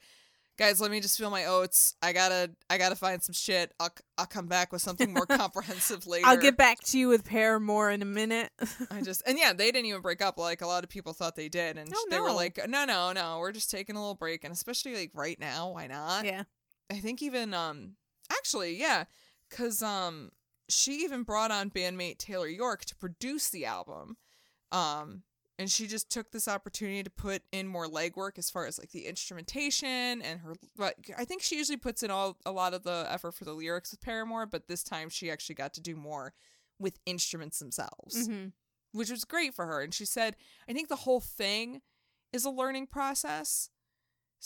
guys, let me just feel my oats. I gotta, I gotta find some shit. I'll, c- I'll come back with something more comprehensive later. I'll get back to you with Paramore in a minute. I just and yeah, they didn't even break up like a lot of people thought they did, and No, they were no. like, "No, no, no, we're just taking a little break." And especially like right now, why not? yeah. I think even um actually yeah cuz um she even brought on bandmate Taylor York to produce the album um and she just took this opportunity to put in more legwork as far as like the instrumentation and her like I think she usually puts in all a lot of the effort for the lyrics with Paramore but this time she actually got to do more with instruments themselves Mm-hmm. which was great for her. And she said, I think the whole thing is a learning process.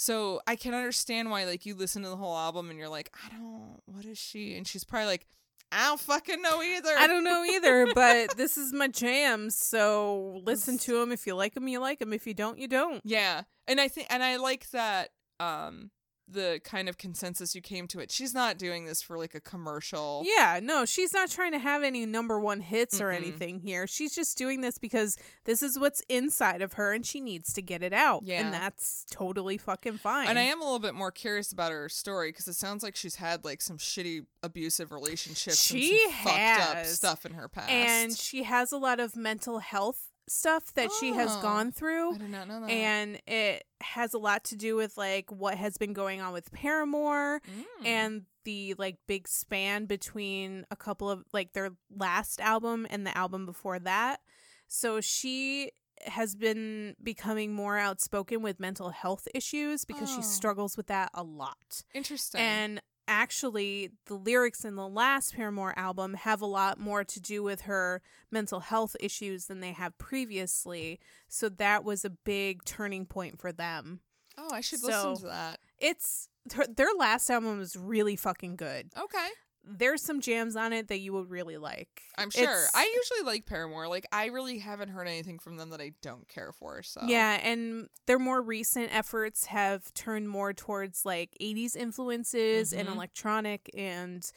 So I can understand why, like, you listen to the whole album and you're like, I don't, what is she? And she's probably like, I don't fucking know either. I don't know either, but this is my jam. So listen to him. If you like him, you like him. If you don't, you don't. Yeah. And I think, and I like that, um, the kind of consensus you came to it. She's not doing this for like a commercial. Yeah, no, she's not trying to have any number one hits or Mm-mm. anything here. She's just doing this because this is what's inside of her and she needs to get it out. Yeah. And that's totally fucking fine. And I am a little bit more curious about her story because it sounds like she's had like some shitty abusive relationships She and some fucked up has. stuff in her past. And she has a lot of mental health stuff that she has Oh. gone through. I did not know that. And it has a lot to do with like what has been going on with Paramore Mm. and the like big span between a couple of like their last album and the album before that. So she has been becoming more outspoken with mental health issues because Oh. she struggles with that a lot. Interesting. And actually, the lyrics in the last Paramore album have a lot more to do with her mental health issues than they have previously. So that was a big turning point for them. oh, I should listen so- to that. It's their- their last album was really fucking good. Okay, There's some jams on it that you would really like. I'm sure. It's- I usually like Paramore. Like I really haven't heard anything from them that I don't care for. So Yeah, and their more recent efforts have turned more towards like 80s influences and Mhm. electronic and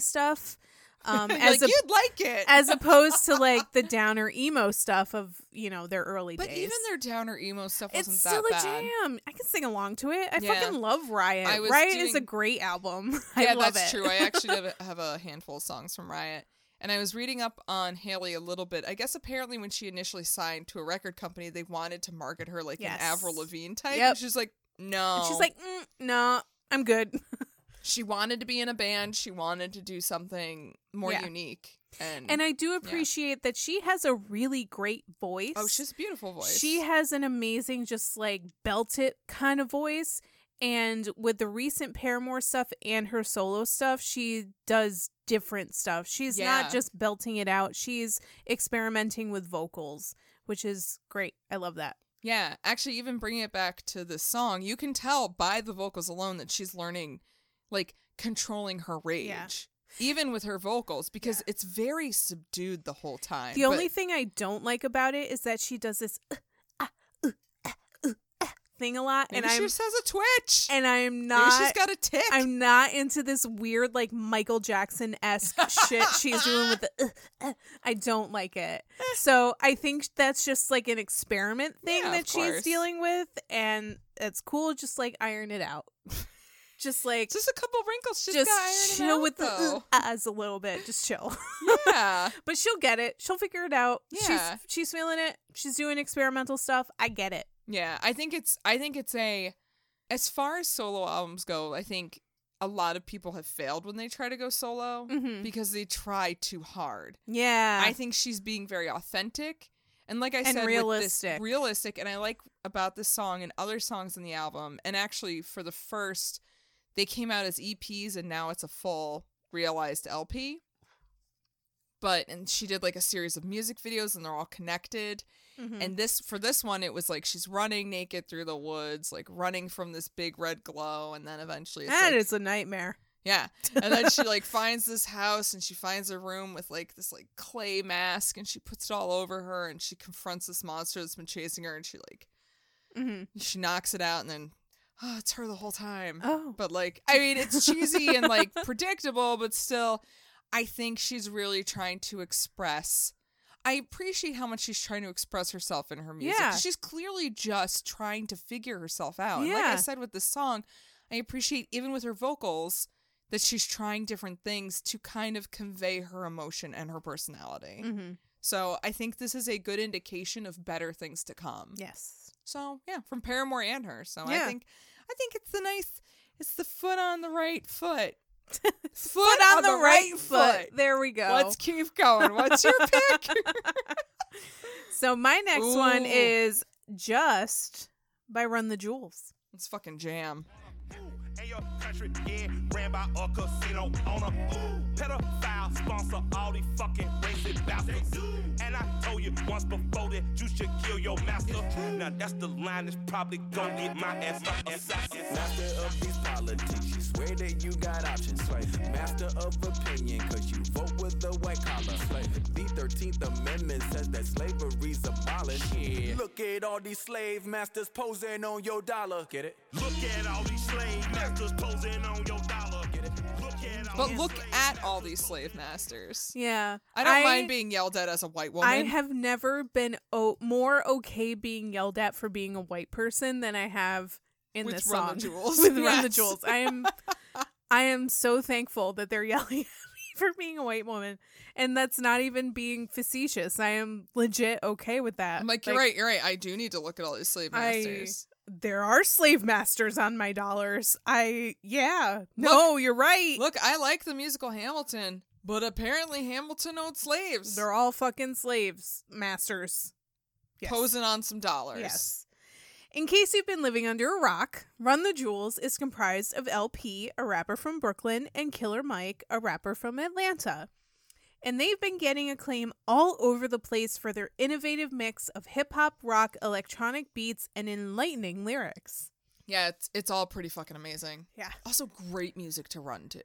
stuff. Um, as as like, a you'd like it. as opposed to like the downer emo stuff of you know their early but days. even their downer emo stuff it's wasn't still that a bad. jam. I can sing along to it. I Yeah. fucking love Riot. I was Riot is a doing- great album. yeah, I love that's it. true. I actually have a, have a handful of songs from Riot. And I was reading up on Haley a little bit. I guess apparently when she initially signed to a record company, they wanted to market her like Yes. an Avril Lavigne type. Yep. And she's like, no. And she's like, mm, no, I'm good. she wanted to be in a band. She wanted to do something more Yeah. unique. And And I do appreciate that she has a really great voice. Oh, she has Oh, a beautiful voice. She has an amazing, just like belt it kind of voice. And with the recent Paramore stuff and her solo stuff, she does different stuff. She's Yeah. not just belting it out, she's experimenting with vocals, which is great. I love that. Yeah, actually, even bringing it back to this song, you can tell by the vocals alone that she's learning, like, controlling her rage, Yeah. even with her vocals, because it's very subdued the whole time. The but- only thing I don't like about it is that she does this uh, ah, uh, ah, uh, ah thing a lot, Maybe and she I'm just has a twitch. and I'm Maybe she's not. got a tick. I'm not into this weird like Michael Jackson esque shit she's doing with the. Uh, uh, I don't like it. So I think that's just like an experiment thing Yeah, that of she's course. dealing with, and it's cool. Just like iron it out. Just like just a couple wrinkles. She's just got ironing chill out, with though. the uh, uhs a little bit. Just chill. yeah. But she'll get it. She'll figure it out. Yeah. She's she's feeling it. She's doing experimental stuff. I get it. Yeah, I think it's I think it's a as far as solo albums go, I think a lot of people have failed when they try to go solo Mhm. because they try too hard. Yeah. Mm-hmm. I think she's being very authentic and like I Ah. And said with this- realistic. realistic and I like about this song and other songs in the album and actually for the first they came out as EPs and now it's a full realized LP. But and she did like a series of music videos and they're all connected. Mhm. And this for this one, it was like she's running naked through the woods, like running from this big red glow, and then eventually it's that like- is a nightmare. yeah. And then she like finds this house and she finds a room with like this like clay mask and she puts it all over her and she confronts this monster that's been chasing her and she like hmm she knocks it out and then oh, it's her the whole time. Oh. But like I mean it's cheesy and like predictable, but still I think she's really trying to express I appreciate how much she's trying to express herself in her music. Yeah. She's clearly just trying to figure herself out. And like I Yeah. said with this song, I appreciate even with her vocals that she's trying different things to kind of convey her emotion and her personality. hmm So I think this is a good indication of better things to come. Yes. So yeah, from Paramore and her. So I Yeah. think I think it's the nice it's the foot on the right foot. foot, Put on, the, right, foot. There we go. Let's keep going. What's your pick? so my next one Ooh. is just by Run the Jewels. it's fucking jam. And your country getting ran by a casino owner. Ooh, pedophile sponsor all these fucking racist bastards. And I told you once before that you should kill your master. Now that's the line that's probably gonna lead my ass my assassin. Master of these politics, you swear that you got options. Slay. Master of opinion, cause you vote with the white collar. Slay. The 13th Amendment says that slavery's abolished. Look at all these slave masters posing on your dollar. Get it? Look at all these slave masters posing on your dollar. Look at all But these look slave at masters all these slave masters. Yeah. I don't mind being yelled at as a white woman. I have never been o- more okay being yelled at for being a white person than I have in With this Run song the Jewels. with Run the Yes. Jewels. I am I am so thankful that they're yelling at me for being a white woman, and that's not even being facetious. I am legit okay with that. I'm like, you're right, you're right. I do need to look at all these slave I- masters. There are slave masters on my dollars. I yeah. No, you're right. Look, I like the musical Hamilton, but apparently Hamilton owned slaves. They're all fucking slaves, masters. Yes. posing on some dollars. Yes. In case you've been living under a rock, Run the Jewels is comprised of LP, a rapper from Brooklyn, and Killer Mike, a rapper from Atlanta. And they've been getting acclaim all over the place for their innovative mix of hip hop, rock, electronic beats, and enlightening lyrics. Yeah, it's it's all pretty fucking amazing. Yeah. Also great music to run to.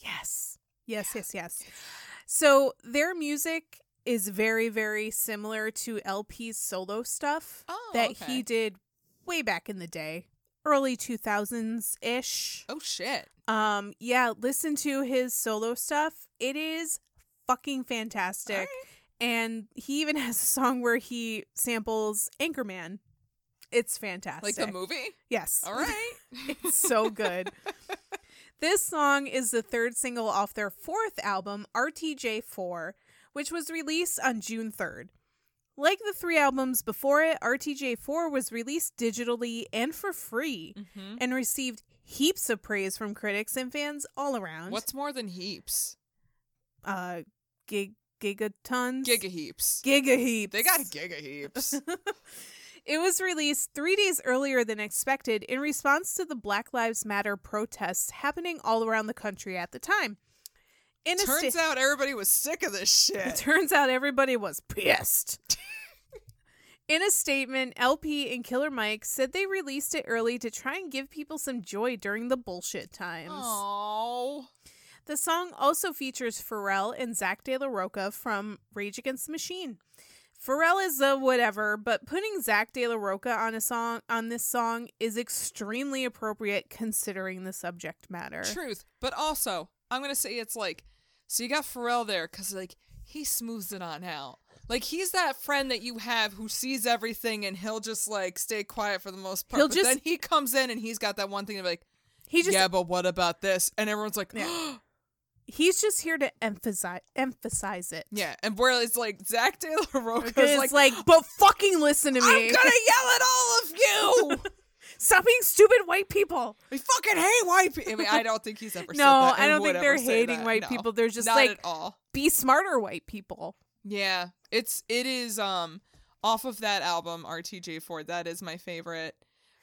Yes. Yes, yes, yes. So their music is very, very similar to LP's solo stuff Oh, that okay. he did way back in the day, early 2000s ish. Oh shit. Um, yeah, listen to his solo stuff. It is fucking fantastic. Alright. And he even has a song where he samples Anchorman. It's fantastic. Like the movie? Yes. All right. It's so good. this song is the third single off their fourth album, RTJ4, which was released on June 3rd. Like the three albums before it, RTJ4 was released digitally and for free Mhm. and received heaps of praise from critics and fans all around. What's more than heaps? uh gig gigatons? Giga heaps. giga heaps. They got giga heaps. It was released three days earlier than expected in response to the Black Lives Matter protests happening all around the country at the time. In a Turns sta- out everybody was sick of this it shit. turns out everybody was pissed. In a statement, LP and Killer Mike said they released it early to try and give people some joy during the bullshit times. Oh, The song also features Pharrell and Zach De La Roca from Rage Against the Machine. Pharrell is a whatever, but putting Zach De La Roca on a song on this song is extremely appropriate considering the subject matter. truth. But also, I'm gonna say it's like, so you got Pharrell there because like he smooths it on out. Like he's that friend that you have who sees everything and he'll just like stay quiet for the most part. He'll but just- then he comes in and he's got that one thing to be like, He just yeah, but what about this? And everyone's like, yeah. he's just here to emphasize emphasize it. And where it's like Zach De La Roca's Because like, like, but fucking listen to me. I'm gonna yell at all of you. Stop being stupid white people. I fucking hate white people. I mean, I don't think he's ever. said No, that I and don't would think they're ever say hating that. white No. people. They're just Not like- at all. Be smarter, white people. Yeah, it's it is um off of that album RTJ Ford. That is my favorite.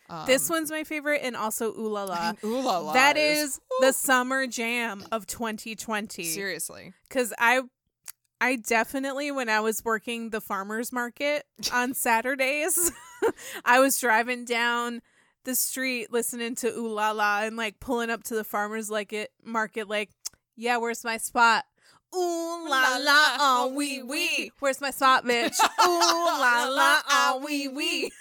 Um, uh, this one's my favorite, and also Ooh La La. ooh la la, That is the Ooh. summer jam of 2020. seriously. Because I, I definitely when I was working the farmers market on Saturdays, I was driving down the street listening to Ooh La La and like pulling up to the farmers like it market like, yeah, where's my spot? Ooh la la, ah wee wee. Where's my spot, bitch? Ooh la la, ah wee wee.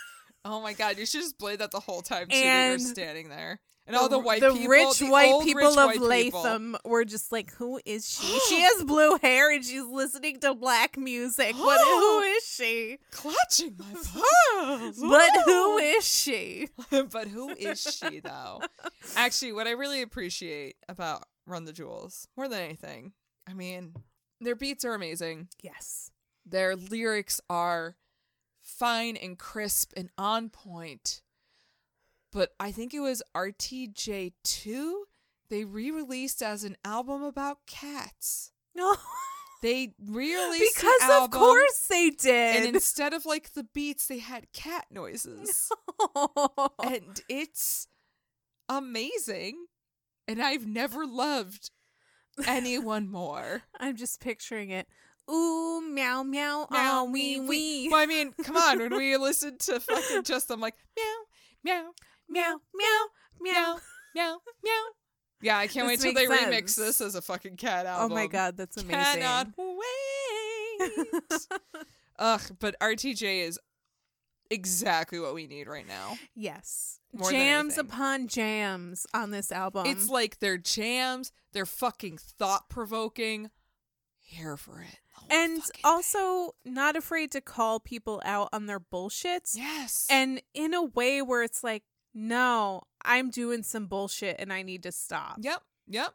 Oh my god, you should just play that the whole time too. You're And standing there, and all the white, the people, rich the white old people rich of white people. Latham were just like, "Who is she? she has blue hair and she's listening to black music. What? Who is she? clutching my pearls. But who is she?" but who is she though? Actually, what I really appreciate about Run the Jewels more than anything, I mean, their beats are amazing. Yes, Their lyrics are fine and crisp and on point. But I think it was RTJ2 they re-released as an album about cats. no, They re-released the because of album, course they and did. instead of like the beats, they had cat noises and it's amazing and i've never loved anyone more I'm just picturing it. Ooh, meow, meow, ah, wee, wee, Um, well i mean come on when we listen to fucking just i'm like meow meow meow, meow, meow. meow meow meow yeah i can't This wait till they remix makes sense. this as a fucking cat Oh album my god, that's amazing. cannot wait ugh but rtj is exactly what we need right now Yes. More than jams anything. upon jams on this album. It's like their jams, they're fucking thought provoking. Here for it. the whole and fucking also not afraid to call people out on their bullshits. thing. yes, And in a way where it's like, no, I'm doing some bullshit and I need to stop. yep, yep.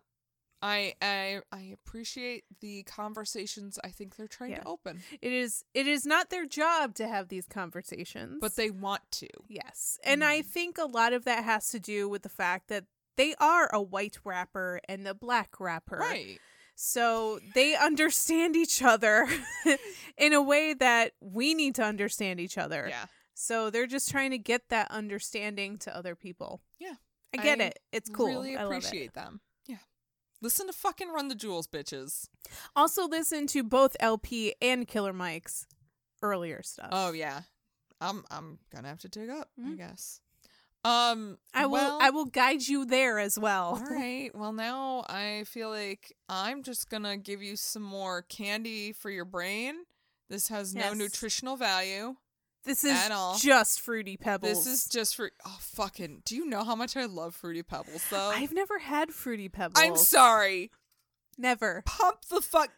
I I I appreciate the conversations. I think they're trying Yeah. to open, It is it is not their job to have these conversations. but Mm. they want to. Yes. And I think a lot of that has to do with the fact that they are a white rapper and a black rapper. Right. So they understand each other in a way that we need to understand each other. Yeah. So they're just trying to get that understanding to other people. Yeah. I get I it. It's cool. Really I love appreciate it. them. Yeah. Listen to fucking run the jewels, bitches. Also listen to both LP and Killer Mike's earlier stuff. Oh yeah. I'm I'm gonna have to dig up. I guess. Um. Mm-hmm. I will well- I will guide you there as well. All right. Well, now I feel like I'm just going to give you some more candy for your brain. This has no Yes. nutritional value. This is At all. just fruity pebbles. This is just for oh fucking. Do you know how much I love fruity pebbles though? I've never had fruity pebbles. I'm sorry. Never. Pump the fuck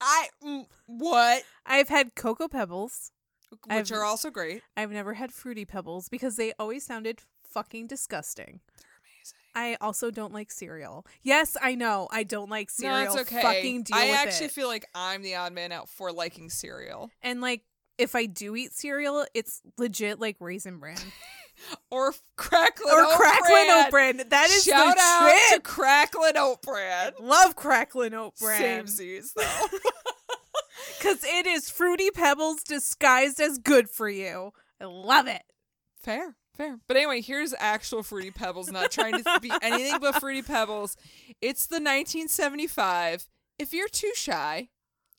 I mm, what? I've had cocoa pebbles. Which I've- are also great. I've never had fruity pebbles because they always sounded fucking disgusting. They're amazing. I also don't like cereal. Yes, I know. I don't like No, cereal. it's okay. Fucking deal I with actually it. feel like I'm the odd man out for liking cereal and like if I do eat cereal, it's legit like raisin bran or cracklin' or Oat cracklin' oat Bran. bran. That is oh, Shout the out shit. to cracklin' oat brand. Love cracklin' oat bran Samesies though. because it is fruity pebbles disguised as good for you. I love it. Fair, fair. But anyway, here's actual Fruity Pebbles, not trying to be anything but Fruity Pebbles. It's the 1975. If you're too shy,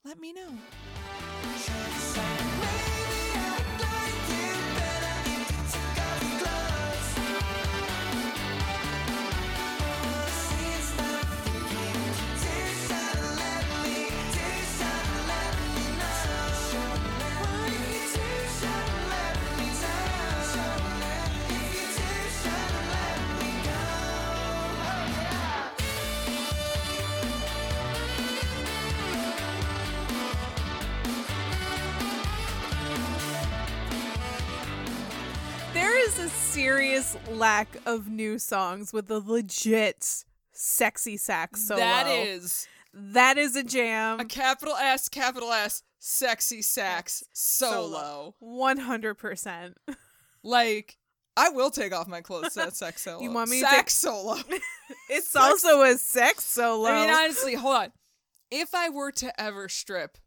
let me know. There is a serious lack of new songs with a legit sexy sax solo. Um, That is that is a jam. a capital S, capital S, sexy sax solo. One hundred percent. Like, I will take off my clothes to that sex solo. You want me to sax take- solo? It's also a sex solo. I mean, honestly, hold on. If I were to ever strip,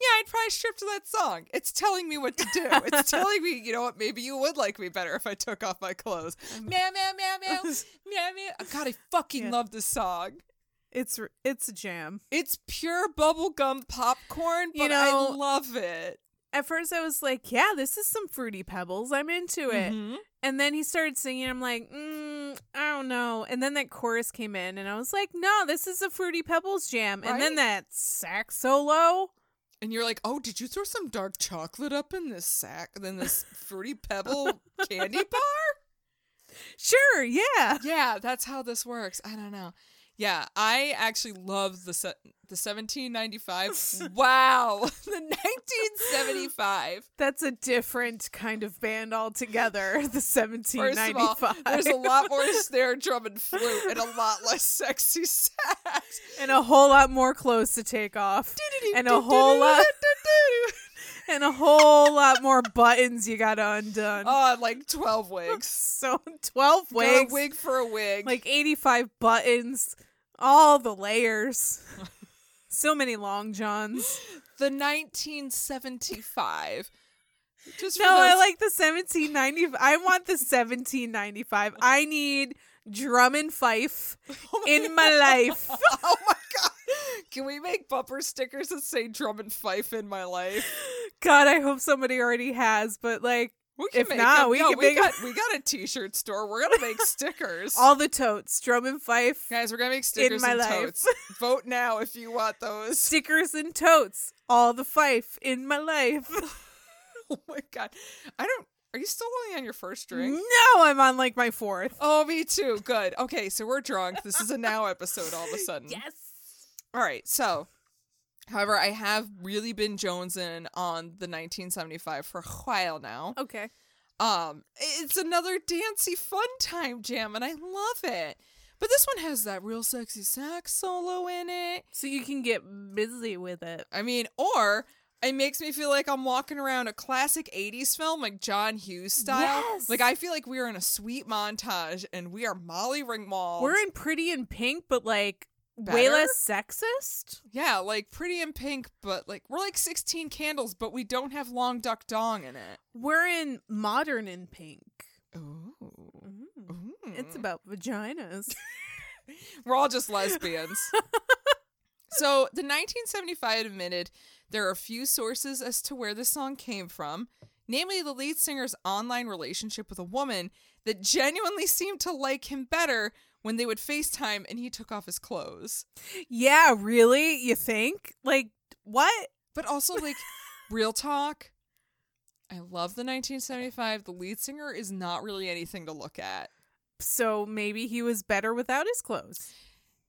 yeah, I'd probably strip to that song. It's telling me what to do. It's telling me, you know what? Maybe you would like me better if I took off my clothes. Meow meow meow meow meow meow. Oh, God, I fucking Mm. Yeah. love this song. it's it's a jam. It's pure bubblegum popcorn, but You know- I love it. At first, I was like, "Yeah, this is some fruity pebbles. I'm into it." Mhm. And then he started singing. I'm like, mm, I don't know. And then that chorus came in, and I was like, No, this is a fruity pebbles jam. And then Right? that sax solo. And you're like, oh, did you throw some dark chocolate up in this sack, in this fruity pebble candy bar? Sure, yeah. yeah, that's how this works. I don't know. Yeah, I actually love the se- the 1795. wow, the 1975. That's a different kind of band altogether. The First of all, 1795. there's a lot more snare drum and flute, and a lot less sexy sax. and a whole lot more clothes to take off, and a whole lot, and a whole lot more buttons you got to undone. Oh, and like 12 wigs. so twelve Got a wigs, wig for a wig. like eighty-five buttons, all the layers. so many long johns. the 1975. Just for No, I those- like the seventeen ninety. I want the seventeen ninety-five. I need drum and fife in my life. Oh my god! Can we make bumper stickers that say drum and fife in my life? God, I hope somebody already has, but like We can If make not, them. we No, can we make- got, we got a t-shirt store. We're gonna make stickers. all the totes, drum and fife, guys, we're gonna make stickers my and life. totes. Vote now if you want those. stickers and totes, all the fife in my life. Oh my god, I don't. Are you still only on your first drink? No, I'm on like my fourth. Oh, me too. Good. Okay, so we're drunk. This is a now episode all of a sudden. All right. So, however, I have really been jonesing on the 1975 for a while now. Okay. Um, it's another dancey fun time jam, and I love it. But this one has that real sexy sax solo in it. So you can get busy with it. I mean, or it makes me feel like I'm walking around a classic 80s film, like John Hughes style. Yes. Like, I feel like we are in a sweet montage and we are Molly Ringwald. We're in pretty and pink, but like way Better? less sexist. yeah, like pretty in pink, but like we're like 16 candles, but we don't have Long Duck Dong in it. We're in modern and pink. Ooh. Mm. Ooh. It's about vaginas. We're all just lesbians. so the 1975 admitted there are few sources as to where this song came from, namely the lead singer's online relationship with a woman that genuinely seemed to like him better when they would FaceTime and he took off his clothes. yeah, really? You think? Like, what? But also, like, real talk. I love the 1975. The lead singer is not really anything to look at. So maybe he was better without his clothes.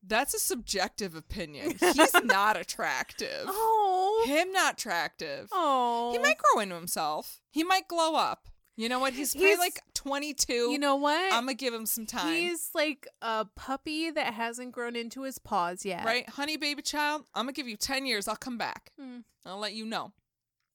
That's a subjective opinion. He's not attractive. Oh. Him not attractive. Oh. He might grow into himself. He might glow up. You know what? He's probably He's- like 22. You know what? I'm gonna give him some time. He's like a puppy that hasn't grown into his paws yet. right, honey, baby child. I'm gonna give you 10 years. I'll come back. Hmm. I'll let you know.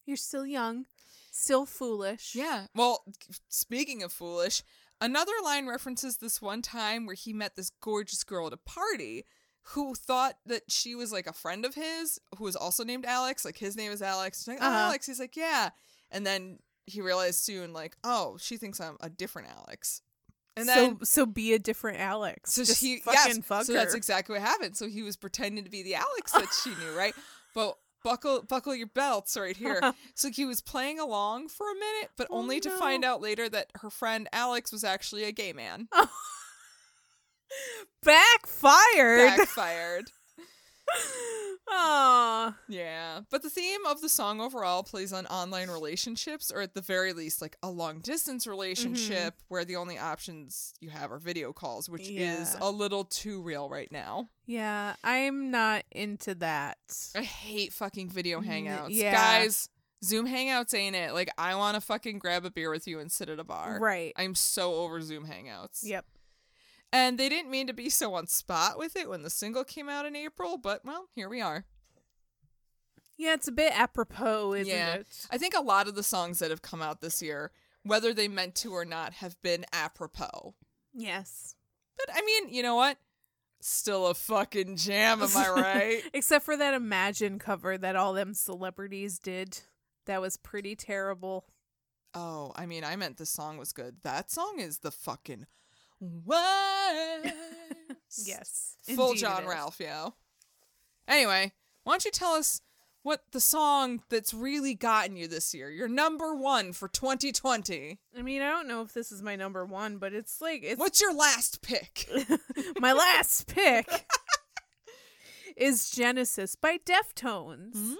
You're still young, still foolish. Yeah. Well, speaking of foolish, another line references this one time where he met this gorgeous girl at a party who thought that she was like a friend of his who was also named Alex. Like his name is Alex. She's like, oh, Uh-huh. Alex. He's like, yeah. And then he realized soon, like, oh, she thinks I'm a different Alex. And so, then so be a different Alex. so Just she fucking yes, fuck so her. that's exactly what happened. So he was pretending to be the Alex that she knew, right? But buckle buckle your belts right here. so he was playing along for a minute, but Oh, only to no. find out later that her friend Alex was actually a gay man. Backfired. Backfired. Aw. Yeah. But the theme of the song overall plays on online relationships, or at the very least, like a long Mm-hmm. distance relationship where the only options you have are video calls, which is Yeah. a little too real right now. Yeah, I'm not into that. I hate fucking video Mm, hangouts. yeah. Guys, Zoom hangouts ain't it. Like, I want to fucking grab a beer with you and sit at a bar. Right. I'm so over Zoom hangouts. Yep. And they didn't mean to be so on spot with it when the single came out in April, but well, here we are. Yeah, it's a bit apropos, isn't Yeah. it? I think a lot of the songs that have come out this year, whether they meant to or not, have been apropos. Yes. But I mean, you know what? Still a fucking jam, am I right? Except for that Imagine cover that all them celebrities did. That was pretty terrible. oh, I mean, I meant the song was good. That song is the fucking what? Yes. Full indeed it John is. Ralph, yo. Anyway, why don't you tell us what the song that's really gotten you this year? Your number one for 2020. I mean, I don't know if this is my number one, but it's like it's What's your last pick? my last pick is Genesis by Deftones.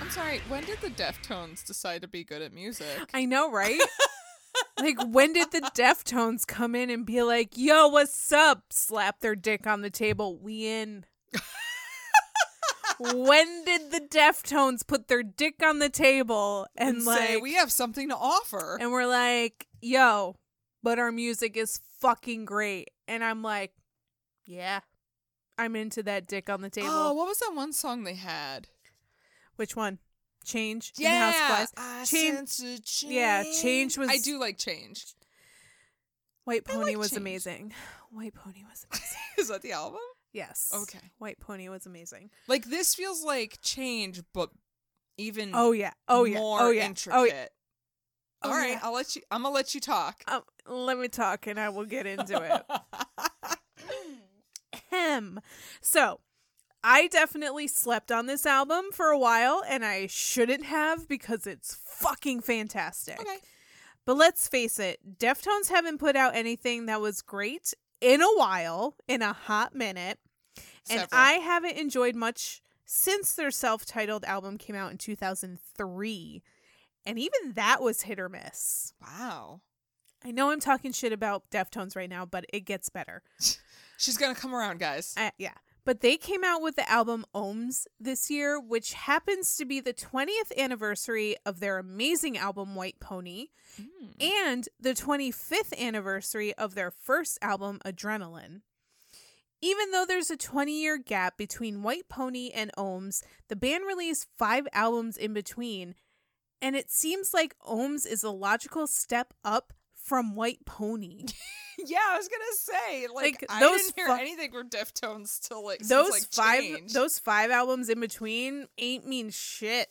I'm sorry, when did the Deftones decide to be good at music? I know, right? like, when did the Deftones come in and be like, yo, what's up? Slap their dick on the table. We in. when did the Deftones put their dick on the table and, and like, say we have something to offer. and we're like, yo, but our music is fucking great. And I'm like, yeah, I'm into that dick on the table. oh, what was that one song they had? Which one? Change. in Houseflies. I Change- sense a change. yeah, Change was- I do like change. White Pony like was Change. amazing. White Pony was amazing. Is that the album? yes. Okay. White Pony was amazing. Like this feels like change, but even Oh yeah. Oh yeah. more oh yeah. intricate. Oh yeah. Oh, All right, yeah. I'll let you. I'm gonna let you talk. Um, let me talk and I will get into it. Him. So, I definitely slept on this album for a while and I shouldn't have because it's fucking fantastic. Okay. But let's face it, Deftones haven't put out anything that was great in a while, in a hot minute. And Several. I haven't enjoyed much since their self titled album came out in 2003. And even that was hit or miss. Wow. I know I'm talking shit about Deftones right now, but it gets better. She's gonna come around, guys. Uh, yeah. But they came out with the album Ohms this year, which happens to be the 20th anniversary of their amazing album White Pony Hmm. and the 25th anniversary of their first album Adrenaline. Even though there's a 20 year gap between White Pony and Ohms, the band released five albums in between, and it seems like Ohms is a logical step up from White Pony. yeah, I was gonna say like, Like, I those didn't hear fu- anything from Deftones till like since, those like, five Change. those five albums in between ain't mean shit.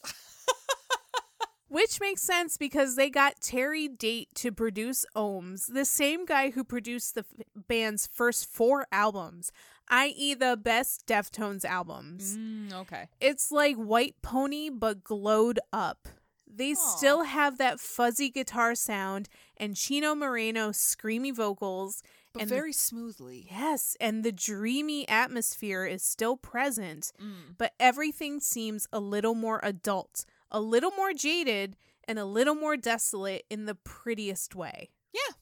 Which makes sense because they got Terry Date to produce Ohms, the same guy who produced the f- band's first four albums, i.e., the best Deftones albums. Mm, okay. It's like White Pony but glowed up. They still have that fuzzy guitar sound and Chino Moreno screamy vocals But and the very smoothly. Yes, and the dreamy atmosphere is still present, Mm. but everything seems a little more adult, a little more jaded, and a little more desolate in the prettiest way. Yeah.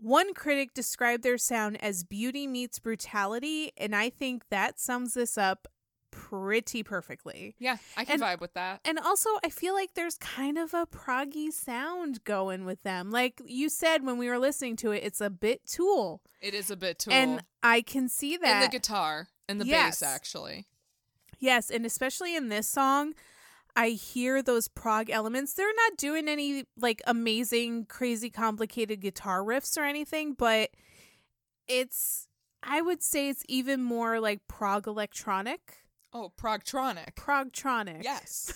One critic described their sound as beauty meets brutality, and I think that sums this up pretty perfectly. Yeah, I can And- vibe with that. And also, I feel like there's kind of a proggy sound going with them. Like you said when we were listening to it, it's a bit tool. It is a bit tool. And I can see that. And the guitar and the Yes. bass, actually. Yes, and especially in this song, I hear those prog elements. They're not doing any like amazing, crazy, complicated guitar riffs or anything, but it's I would say it's even more like prog electronic, Oh, Progtronic. progtronic. yes.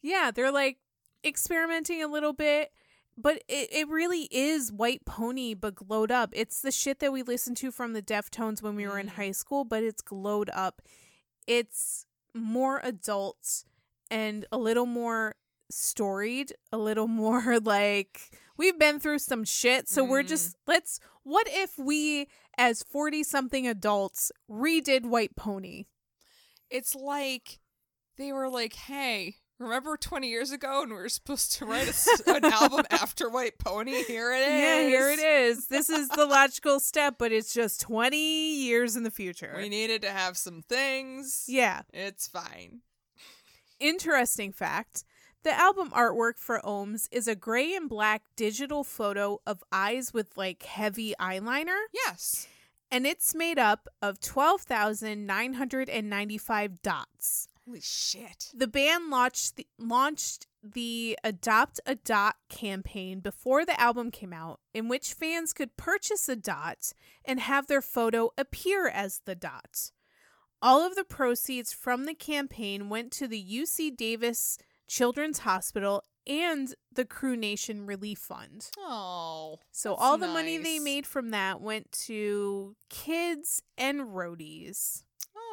Yeah, they're like experimenting a little bit, but it, it really is White Pony, but glowed up. It's the shit that we listened to from the Deftones when we were in Mm. high school, but it's glowed up. It's more adult and a little more storied, a little more like we've been through some shit. So we're Mm. just, let's, what if we as 40 something adults redid White Pony? It's like they were like, hey, remember 20 years ago and we were supposed to write a s an album after White Pony? Here it is. Yeah, here it is. This is the logical step, but it's just 20 years in the future. We needed to have some things. yeah. It's fine. Interesting fact the album artwork for Ohms is a gray and black digital photo of eyes with like heavy eyeliner, Yes. and it's made up of 12,995 dots. Holy shit. The band launched the, launched the Adopt a Dot campaign before the album came out, in which fans could purchase a dot and have their photo appear as the dot. All of the proceeds from the campaign went to the UC Davis Children's Hospital and the Crew Nation Relief Fund. Oh. So that's all the money they nice. made from that went to kids and roadies.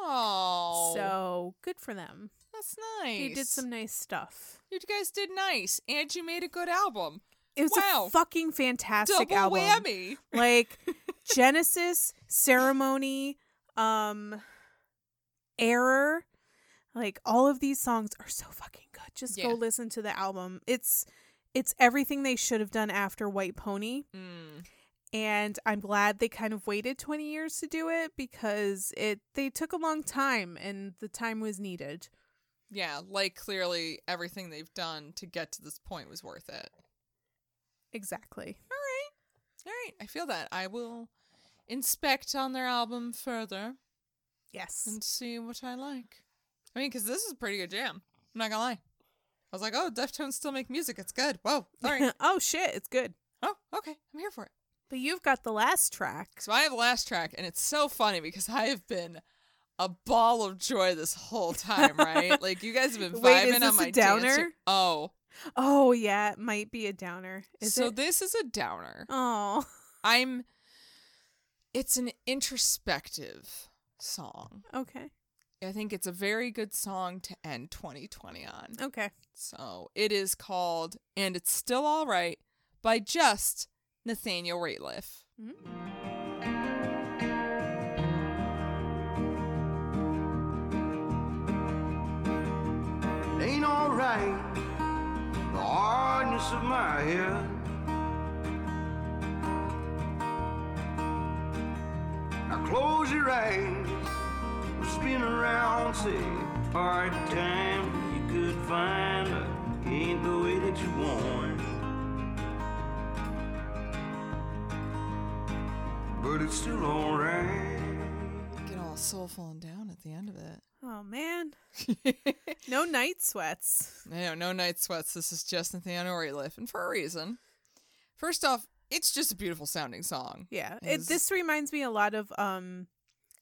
Oh. So good for them. that's nice. They did some nice stuff. You guys did nice, and you made a good album. It was Wow. a fucking fantastic Double album. whammy. Like Genesis, Ceremony, um Error. Like all of these songs are so fucking good. Just go Yeah. listen to the album. It's it's everything they should have done after White Pony. Mm. And I'm glad they kind of waited 20 years to do it because it they took a long time and the time was needed. Yeah, like clearly everything they've done to get to this point was worth it. Exactly. All right, I feel that. I will inspect on their album further Yes. and see what I like. I mean, because this is a pretty good jam. I'm not gonna lie. I was like, oh, Deftones still make music. It's good. Whoa. All right. oh shit, it's good. oh, okay. I'm here for it. But you've got the last track. So I have the last track, and it's so funny because I have been a ball of joy this whole time, right? like you guys have been vibing Wait, is this on a my dance downer? here. Oh, Oh yeah, it might be a downer. Is so it? this is a downer. oh, I'm. It's an introspective song. okay, I think it's a very good song to end 2020 on. okay. So it is called "And It's Still All Right" by just Nathaniel Rateliff. ain't alright. The hardness of my head. Now close your eyes, spin around, say, hard times you could find but ain't the way that you want. But it's still alright. Get all soulful and down at the end of it. Oh man, no night sweats. No, no night sweats. This is just Nathaniel Rateliff, and for a reason. First off, it's just a beautiful sounding song. Yeah, it, Is- this reminds me a lot of um,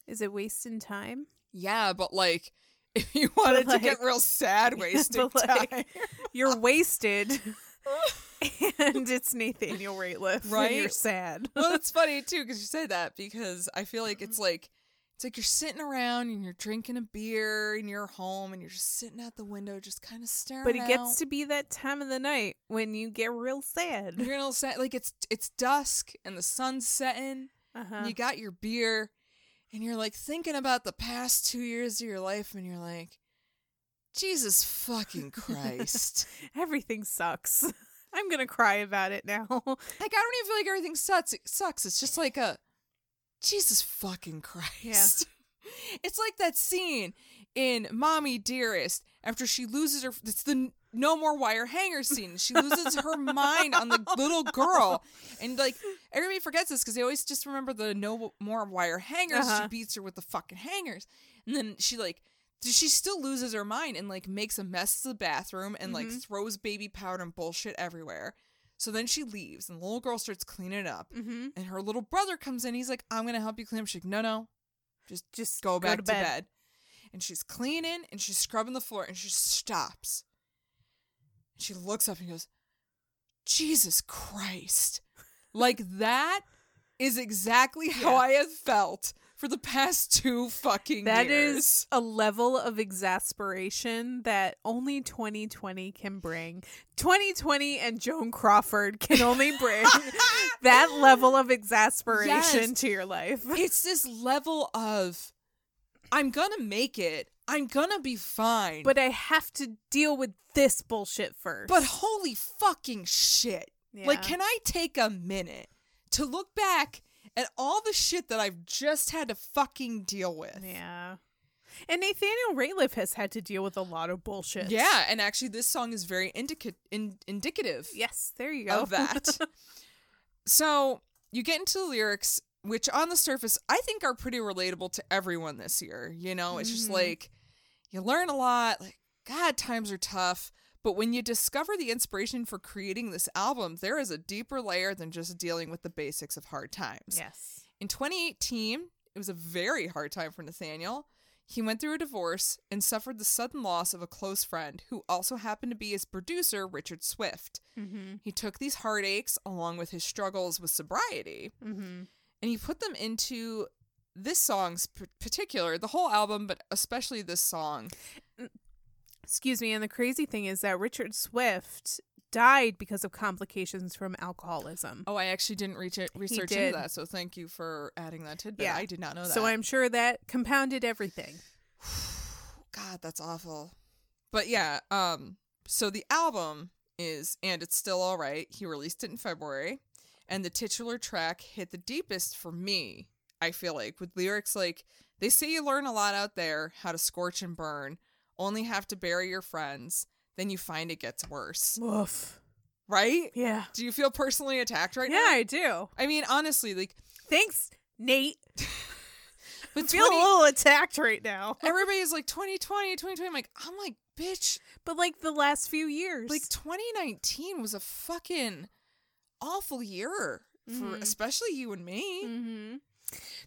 is it wasting time? Yeah, but like, if you wanted like- to get real sad, wasting but, like- time, You're wasted, and it's Nathaniel Rateliff. and you're Right? sad. well, it's funny too because you say that because I feel like Mm-hmm. it's like it's like you're sitting around and you're drinking a beer in your home and you're just sitting out the window, just kind of staring. But it out. gets to be that time of the night when you get real sad. you're gonna say like it's it's dusk and the sun's setting. Uh-huh. and you got your beer and you're like thinking about the past two years of your life and you're like jesus fucking christ Everything sucks. I'm gonna cry about it now. like i don't even feel like everything sucks it sucks it's just like a jesus fucking christ It's like that scene in Mommy Dearest after she loses her. It's the no more wire hanger scene. She loses her mind on the little girl, and like everybody forgets this because they always just remember the no more wire hangers. She Uh-huh. beats her with the fucking hangers, and then she like. She still loses her mind and like makes a mess of the bathroom and like throws baby powder and bullshit everywhere. So then she leaves and the little girl starts cleaning it up. Mm-hmm. And her little brother comes in. He's like, I'm going to help you clean up. She's like, no, no, just, Just go go back to to, bed. bed." And she's cleaning and she's scrubbing the floor and she stops. She looks up and goes, Jesus Christ. Like that is exactly how I have felt for the past two fucking That years. is a level of exasperation that only 2020 can bring. 2020 and Joan Crawford can only bring that level of exasperation Yes. to your life. it's this level of I'm gonna make it. I'm gonna be fine. But I have to deal with this bullshit first. But holy fucking shit. Like, Yeah. can I take a minute to look back at all the shit that I've just had to fucking deal with? yeah. And Nathaniel Rateliff has had to deal with a lot of bullshit. Yeah, and actually, this song is very indica- in- indicative Yes, there you go. of that. so, you get into the lyrics, which on the surface, I think are pretty relatable to everyone this year. You know, it's Mm-hmm. just like you learn a lot, like, God, times are tough. But when you discover the inspiration for creating this album, there is a deeper layer than just dealing with the basics of hard times. yes. In 2018, it was a very hard time for Nathaniel. He went through a divorce and suffered the sudden loss of a close friend who also happened to be his producer, Richard Swift. Mm-hmm. He took these heartaches along with his struggles with sobriety Mm-hmm. and he put them into this song's p- particular, the whole album, but especially this song. Excuse me. And the crazy thing is that Richard Swift died because of complications from alcoholism. Oh, I actually didn't reach it, research into did. that, so thank you for adding that tidbit. I did not know that. So I'm sure that compounded everything. God, that's awful. But yeah, um, so the album is and it's still all right. He released it in February, and the titular track hit the deepest for me. I feel like with lyrics like they say you learn a lot out there how to scorch and burn, only have to bury your friends, then you find it gets worse, Woof. right? Yeah. Do you feel personally attacked right Yeah, now? I do. I mean, honestly, like Thanks, Nate. with Feel 20, a little attacked right now. everybody's like 2020, 2020. I'm like, I'm like, bitch, But like the last few years. like 2019 was a fucking awful year for Mm-hmm. especially you and me.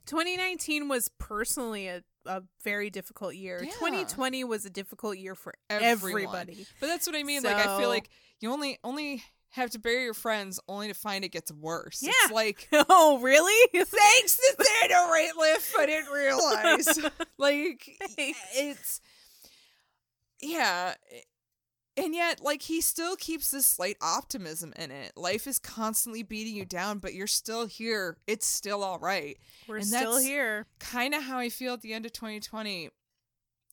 2019 was personally a, a very difficult year. Yeah. 2020 was a difficult year for Everyone. everybody. But that's what I mean. Like I feel So- like you only only have to bury your friends only to find it gets worse. It's Yeah. like oh, really? thanks to Theodore Rateliff, I didn't realize. like Thanks. it's yeah. And yet, like he still keeps this slight optimism in it. Life is constantly beating you down, but you're still here. It's still all right. We're And still that's- here. kind of how I feel at the end of 2020.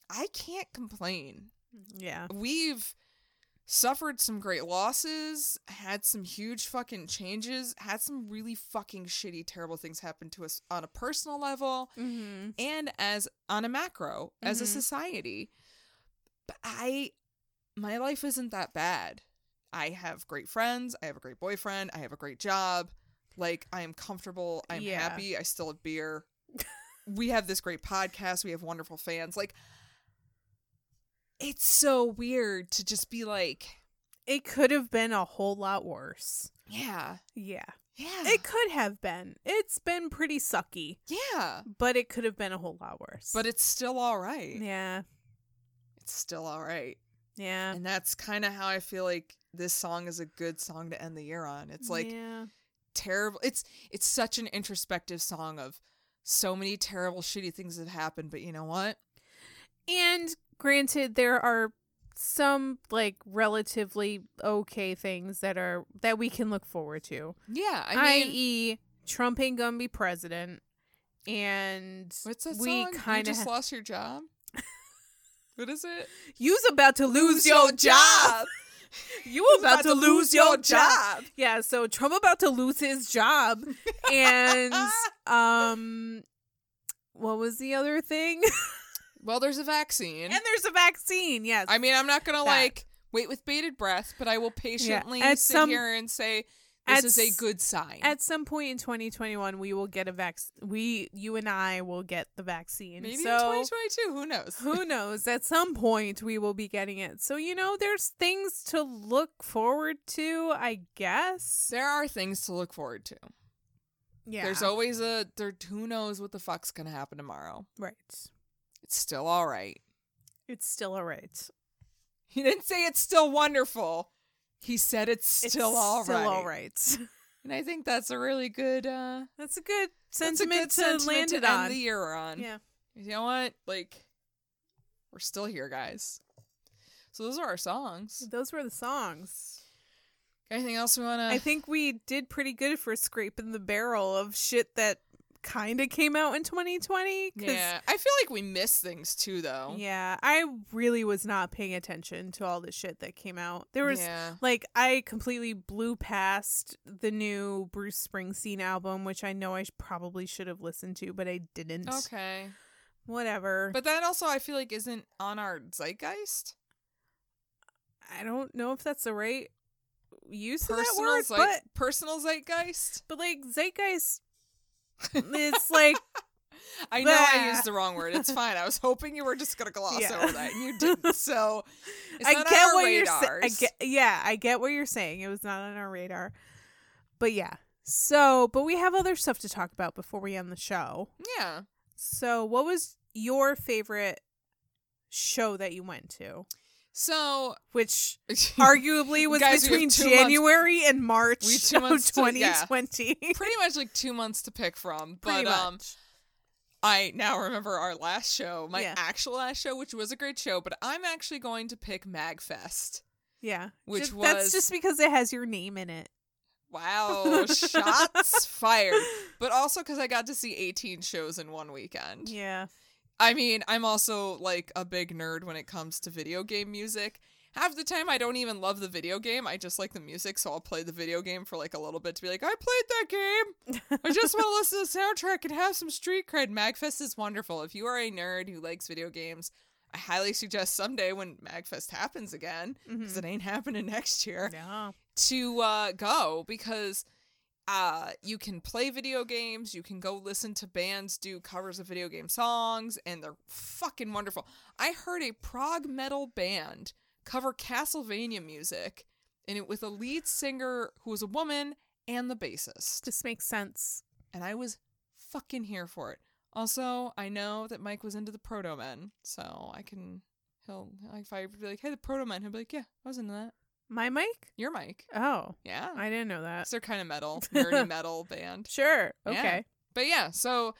I can't complain. Yeah. We've suffered some great losses, had some huge fucking changes, had some really fucking shitty, terrible things happen to us on a personal level Mm-hmm. and as on a macro, as a Mhm. society. But I, my life isn't that bad. I have great friends. I have a great boyfriend. I have a great job. Like I am comfortable. I'm Yeah. happy. I still have beer. we have this great podcast. We have wonderful fans. Like it's so weird to just be like, It could have been a whole lot worse. yeah, Yeah. yeah, It could have been. It's been pretty sucky, yeah. but it could have been a whole lot worse. But it's still all right. yeah. It's still all right. Yeah. And that's kind of how I feel like this song is a good song to end the year on. It's like yeah. terrible. It's it's such an introspective song of so many terrible shitty things that happened, but you know what? And granted, there are some like relatively okay things that are that we can look forward to, Yeah, I mean, i.e., Trump ain't gonna be president, and what's that we song? You kind of just lost your job. what is it? you's about to lose your job. You about, to lose your job. Yeah, so Trump about to lose his job, and um, what what was the other thing? Well, there's a vaccine. and there's a vaccine. Yes. I mean, I'm not gonna That. like wait with bated breath, but I will patiently at sit some- here and say this at is a s- good sign. at some point in 2021 we will get a vaccine. We you and I will get the vaccine. Maybe so in 2022, who knows? who knows at some point we will be getting it. So you know there's things to look forward to, I guess. There are things to look forward to. Yeah. There's always a there. Who knows what the fuck's gonna happen tomorrow? right. It's still all right. It's still all right. He didn't say it's still wonderful. He said it's It's still all right. still all right. And I think that's a really good uh That's a good that's a sentiment good sentiment to land it end on. the year on. yeah. You know what? Like we're still here, guys. So those are our songs. Those were the songs. Anything else we wanna I think we did pretty good for scraping the barrel of shit that kind of came out in 2020. 'cause- Yeah. I feel like we miss things too though. Yeah, I really was not paying attention to all the shit that came out. There was Yeah. like I completely blew past the new Bruce Springsteen album, which I know I sh- probably should have listened to, but I didn't. Okay. Whatever. But that also I feel like isn't on our zeitgeist. I don't know if that's the right use of that Personal word, zeit- but personal zeitgeist. but like zeitgeist it's like I know I Bah. used the wrong word. It's fine. I was hoping you were just gonna gloss Yeah. over that, and you didn't. So it's I not get on our what you're radars. saying. Yeah, I get what you're saying. It was not on our radar, but yeah. So, but we have other stuff to talk about before we end the show. Yeah. So, what was your favorite show that you went to? So Which arguably was Guys, we have between two months- January and March We have two months of to- yeah. 2020. pretty much like two months to pick from, but Pretty um, much. I now remember our last show, my Yeah. actual last show, which was a great show. But I'm actually going to pick Magfest. yeah. which Ju- that's was- just because it has your name in it. Wow, shots fired! But also because I got to see 18 shows in one weekend. Yeah. I mean, I'm also like a big nerd when it comes to video game music. Half the time, I don't even love the video game. I just like the music, so I'll play the video game for like a little bit to be like, I played that game. I just want to listen to the soundtrack and have some street cred. Magfest is wonderful. If you are a nerd who likes video games, I highly suggest someday when Magfest happens again, because it ain't happening next year Yeah. to uh, go because uh, you can play video games, you can go listen to bands do covers of video game songs, and they're fucking wonderful. I heard a prog metal band cover Castlevania music, and it with a lead singer who was a woman and the bassist, Just makes sense. and I was fucking here for it. Also, I know that Mike was into the Proto Men, so I can he'll like if I be like, hey, the Proto Men, he'll be like, yeah, I was into that. My mic? You're Mike, Oh, yeah. I didn't know that. Because they're kind of metal, nerdy metal band. Sure. Yeah. Okay. But yeah, so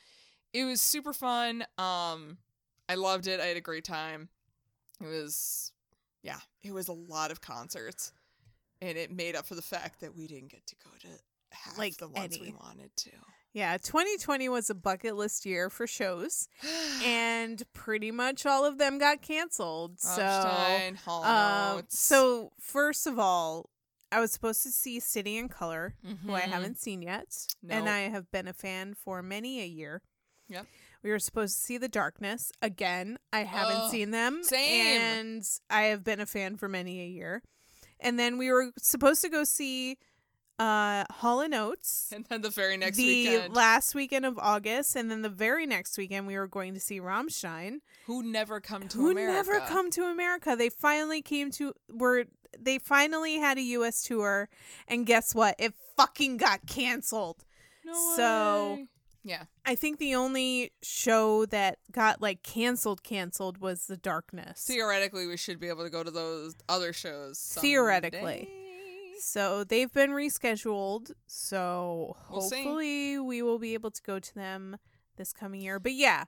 it was super fun. Um, I loved it. I had a great time. It was, yeah, it was a lot of concerts, and it made up for the fact that we didn't get to go to half Like the ones we any. wanted to. Yeah, 2020 was a bucket list year for shows, and pretty much all of them got canceled. So, Rammstein, Hall and um, Oates. so first of all, I was supposed to see City in Color, who I Mhm. haven't seen yet, and No. I have been a fan for many a year. Yep. We were supposed to see The Darkness again. I haven't Ugh, seen them, same. and I have been a fan for many a year. And then we were supposed to go see uh, Hall and Oates and then the very next the weekend, last weekend of August, and then the very next weekend we were going to see Rammstein, who never come to who America, never come to America. They finally came to were they finally had a U.S. tour, and guess what? It fucking got canceled. No so- way. yeah, I think the only show that got like canceled canceled was The Darkness. theoretically, we should be able to go to those other shows. someday. Theoretically. So they've been rescheduled. So We'll see. hopefully we will be able to go to them this coming year. But yeah,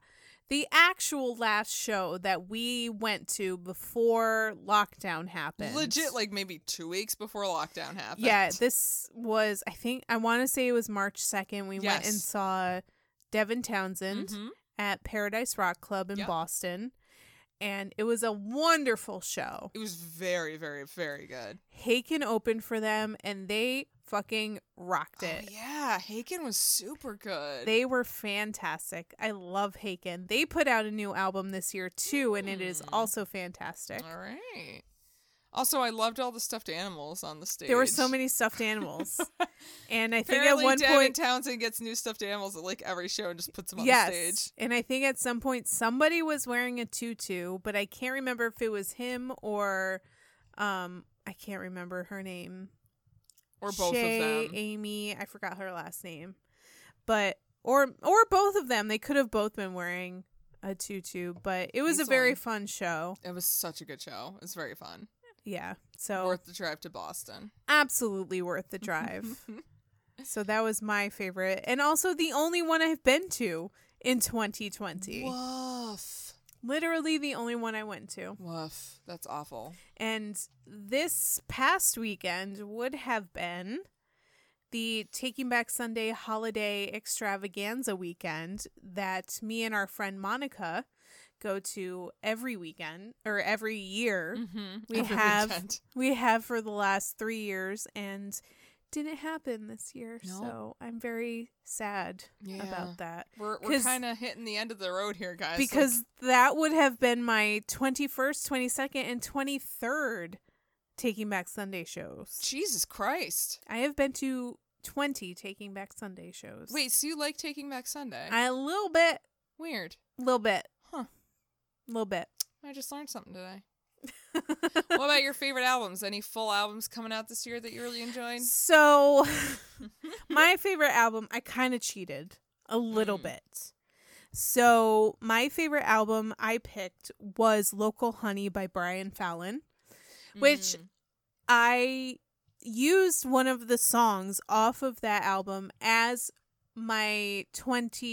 the actual last show that we went to before lockdown happened. legit like maybe two weeks before lockdown happened. Yeah, this was I think I want to say it was March 2nd. We went Yes. and saw Devin Townsend Mhm. at Paradise Rock Club in Yep. Boston. And it was a wonderful show. it was very, very, very good. Haken opened for them and they fucking rocked Oh, it. yeah, Haken was super good. They were fantastic. I love Haken. They put out a new album this year too, and it is also fantastic. Mm. All right. Also, I loved all the stuffed animals on the stage. There were so many stuffed animals, and I think Apparently, at one Davin point, Townsend gets new stuffed animals at like every show and just puts them on yes, the stage. and I think at some point somebody was wearing a tutu, but I can't remember if it was him or, um, I can't remember her name. Or both Shay, of them. Amy, I forgot her last name, but or or both of them. They could have both been wearing a tutu, but it was Needs a very one. fun show. It was such a good show. It was very fun. Yeah, so Worth the drive to Boston. absolutely worth the drive. so that was my favorite, and also the only one I've been to in 2020. Woof. Literally the only one I went to, Woof. That's awful. and this past weekend would have been. the Taking Back Sunday holiday extravaganza weekend that me and our friend Monica go to every weekend or every year. We Mm-hmm. every have weekend. we have for the last 3 years and didn't happen this year. No. So I'm very sad Yeah. about that. We're, we're 'Cause- kind of hitting the end of the road here, guys. Like, because that would have been my 21st, 22nd and 23rd Taking Back Sunday shows. Jesus Christ. I have been to 20 Taking Back Sunday shows. Wait, so you like Taking Back Sunday? A little bit, Weird. little bit, Huh. little bit. I just learned something today. what about your favorite albums? Any full albums coming out this year that you really enjoyed? So, my favorite album, I kind of cheated a Hmm. little bit. So, my favorite album I picked was Local Honey by Brian Fallon, Hmm. Mm. which I used one of the songs off of that album as my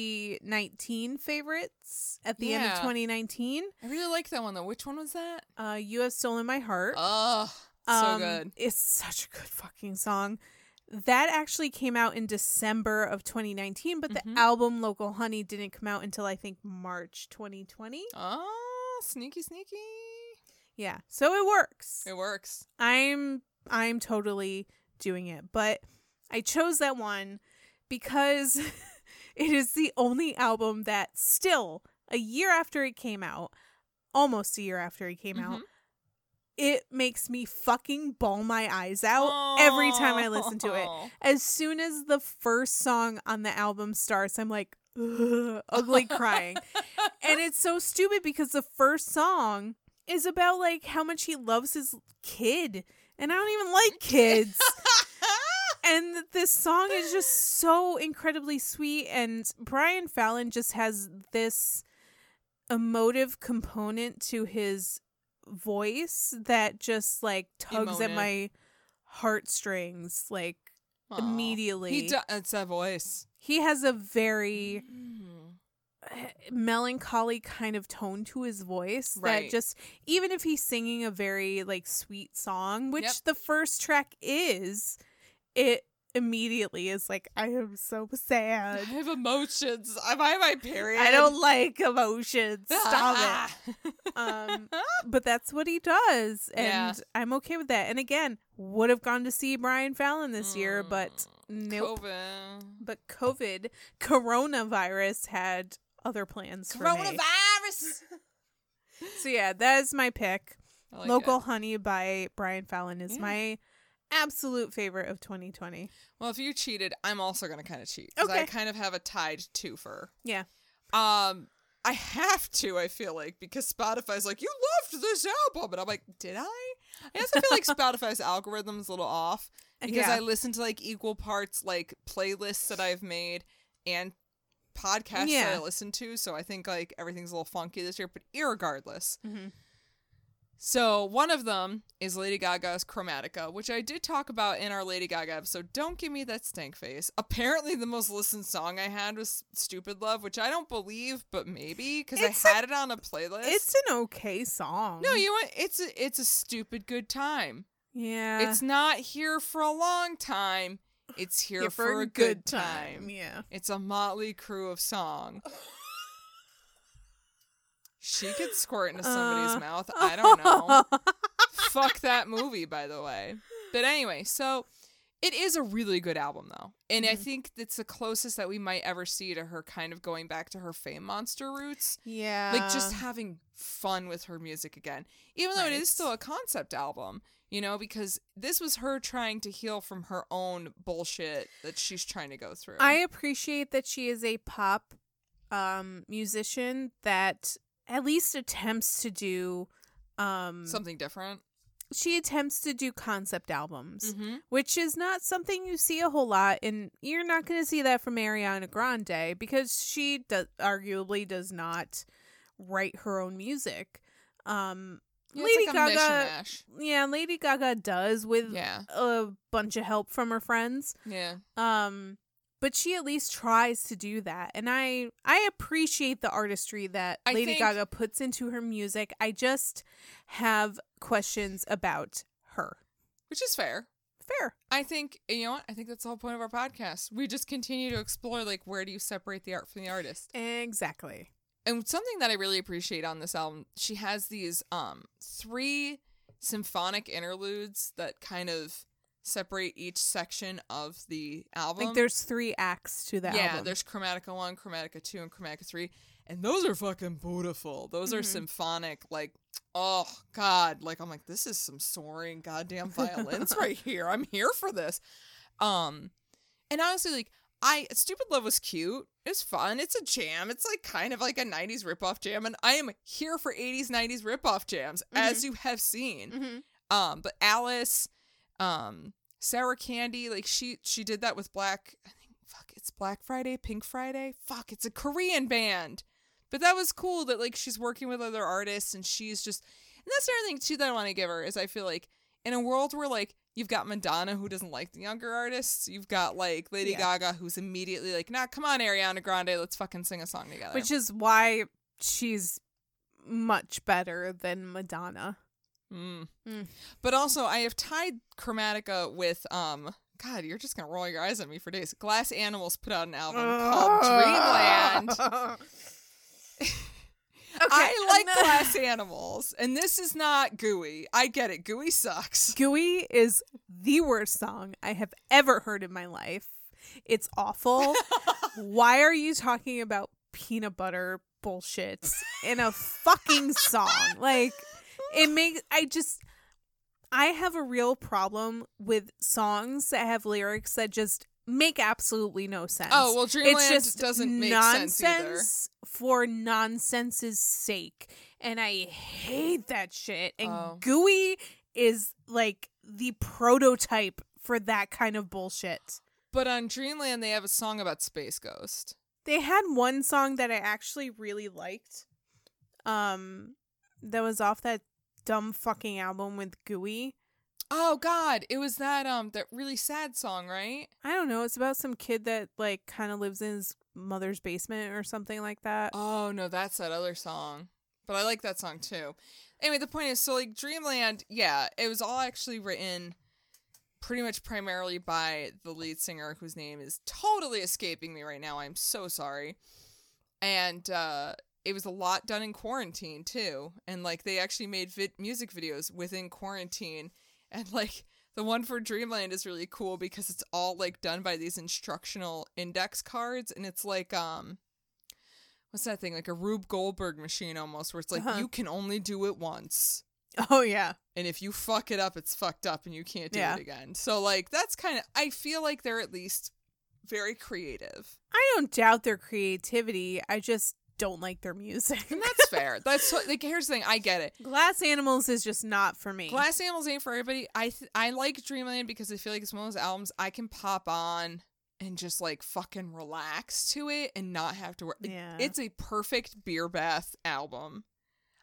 2019 favorites at the end of Yeah. 2019. I really like that one though. Which one was that? Uh, you Have Stolen My Heart. Oh, so Um, good. It's such a good fucking song. That actually came out in December of 2019, but the Mm-hmm. album Local Honey didn't come out until I think March 2020. Oh, sneaky, sneaky. Yeah. So it works. It works. I'm I'm totally doing it. But I chose that one because it is the only album that still a year after it came out, almost a year after it came out, it makes me fucking ball my eyes out Oh, every time I listen to it. Aw. As soon as the first song on the album starts, I'm like ugh, ugly crying. and it's so stupid because the first song is about like how much he loves his kid and I don't even like kids. and th- this song is just so incredibly sweet and Brian Fallon just has this emotive component to his voice that just like tugs at Emotive. my heartstrings like Aw. immediately. He do- it's that voice. Hmm. He has a very uh, melancholy kind of tone to his voice that Right. just even if he's singing a very like sweet song which Yep. the first track is it immediately is like i am so I sad have emotions. Am I my period? Uh, Ah, i don't like emotions stop it um but that's what he does and Yeah. i'm okay with that and again would have gone to see brian fallon this year but Mm, nope COVID. but COVID, coronavirus had other plans for me. Coronavirus. So yeah, that is my pick. I like Local it. Honey by Brian Fallon is Yeah. my absolute favorite of 2020. Well, if you cheated, I'm also going to kind of cheat because I Okay. kind of have a tied twofer. Yeah. Um, I have to. I feel like because Spotify's like, you loved this album, and I'm like, did I? I also feel like Spotify's algorithm's a little off because Yeah. I listen to like equal parts like playlists that I've made and podcasts that Yeah. I listen to. So I think like everything's a little funky this year, but irregardless. So one of them is Lady Gaga's Chromatica, which I did talk about in our Lady Gaga episode. Don't give me that stank face. Apparently, the most listened song I had was Stupid Love, which I don't believe, but maybe because I It's a- had it on a playlist. It's an okay song. no, you know what? It's a, it's a stupid good time. yeah. It's not here for a long time. It's here, You're for, a good time. Yeah. It's a motley crew of song. she could squirt into somebody's Uh. mouth. I don't know. Fuck that movie, by the way. But anyway, so It is a really good album though. And Mm-hmm. I think it's the closest that we might ever see to her kind of going back to her fame monster roots. Yeah. like just having fun with her music again even though it Right. is still a concept album you know because this was her trying to heal from her own bullshit that she's trying to go through I appreciate that she is a pop um musician that at least attempts to do um something different she attempts to do concept albums. mm-hmm. which is not something you see a whole lot and you're not going to see that from Ariana Grande because she does arguably does not write her own music. Um Lady Gaga- yeah, Lady Gaga does with yeah a bunch of help from her friends. yeah Um but she at least tries to do that and I I appreciate the artistry that I Lady think- Gaga puts into her music. I just have questions about her. which is fair Fair. I think you know what I think that's the whole point of our podcast. We just continue to explore like where do you separate the art from the artist. Exactly. and something that I really appreciate on this album, she has these um three symphonic interludes that kind of separate each section of the album. Like there's three acts to that yeah, album. there's Chromatica one, Chromatica two, and Chromatica three, and those are fucking beautiful. Those are Mhm. symphonic, like oh god, like I'm like this is some soaring goddamn violins right here. I'm here for this. Um, and honestly, like I Stupid Love was cute. It's fun. It's a jam. It's like kind of like a 90s ripoff jam, and I am here for 80s 90s ripoff jams, Mm-hmm. as you have seen. Mhm. Um, but Alice, um, Sarah Candy, like she she did that with Black. I think fuck, it's Black Friday, Pink Friday. Fuck, it's a Korean band. But that was cool that like she's working with other artists and she's just and that's another thing too that I want to give her is I feel like in a world where like you've got Madonna who doesn't like the younger artists, you've got like Lady Yeah. Gaga who's immediately like, nah, come on Ariana Grande, let's fucking sing a song together. Which is why she's much better than Madonna. Mm. Mm. But also, I have tied Chromatica with um. God, you're just gonna roll your eyes at me for days. Glass Animals put out an album called Ah. Dreamland. I like enough. Glass Animals, and this is not Gooey. I get it. Gooey sucks. Gooey is the worst song I have ever heard in my life. It's awful. why are you talking about peanut butter bullshit in a fucking song? Like it makes I just I have a real problem with songs that have lyrics that just make absolutely no sense. Oh, well, Dreamland doesn't make sense either. nonsense for nonsense's sake, and I hate that shit. And Oh. Gooey is like the prototype for that kind of bullshit. But on Dreamland, they have a song about Space Ghost. They had one song that I actually really liked. Um that was off that dumb fucking album with Gooey. Oh God, it was that um that really sad song, right? I don't know, it's about some kid that like kind of lives in his mother's basement or something like that. Oh no, that's that other song. But I like that song too. Anyway, the point is so like Dreamland, yeah, it was all actually written pretty much primarily by the lead singer whose name is totally escaping me right now. I'm so sorry. And uh it was a lot done in quarantine too. And like they actually made vid- music videos within quarantine and like the one for Dreamland is really cool because it's all like done by these instructional index cards and it's like um what's that thing like a Rube Goldberg machine almost where it's like Uh-huh. you can only do it once Oh yeah. and if you fuck it up it's fucked up and you can't do Yeah. it again. So like that's kind of I feel like they're at least very creative. I don't doubt their creativity. I just don't like their music. And that's fair. that's so- like here's the thing, I get it. Glass Animals is just not for me. Glass Animals ain't for everybody. I th- I like Dreamland because I feel like it's one of those albums I can pop on and just like fucking relax to it and not have to worry. Yeah. It's a perfect beer bath album.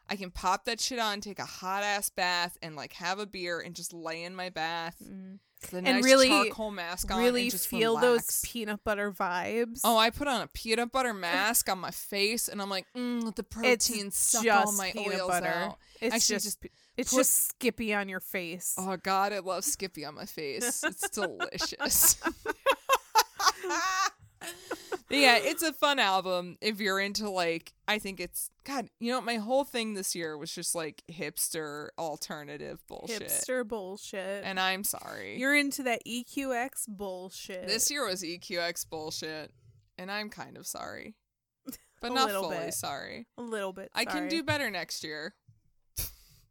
I can pop that shit on, take a hot ass bath, and like have a beer and just lay in my bath. Mm. The And nice really- charcoal mask on, really and just feel relax. those peanut butter vibes. Oh, I put on a peanut butter mask on my face, and I'm like, mm, let the it's protein suck just all my peanut oils butter. out. It's Actually, just, just it's put- just Skippy on your face. Oh God, I love Skippy on my face. It's delicious. But yeah, it's a fun album if you're into like I think it's God, you know, my whole thing this year was just like hipster alternative bullshit. Hipster bullshit. And I'm sorry. You're into that EQX bullshit. this year was EQX bullshit, and I'm kind of sorry. But A not little fully bit. sorry. a little bit. I can sorry. do better next year.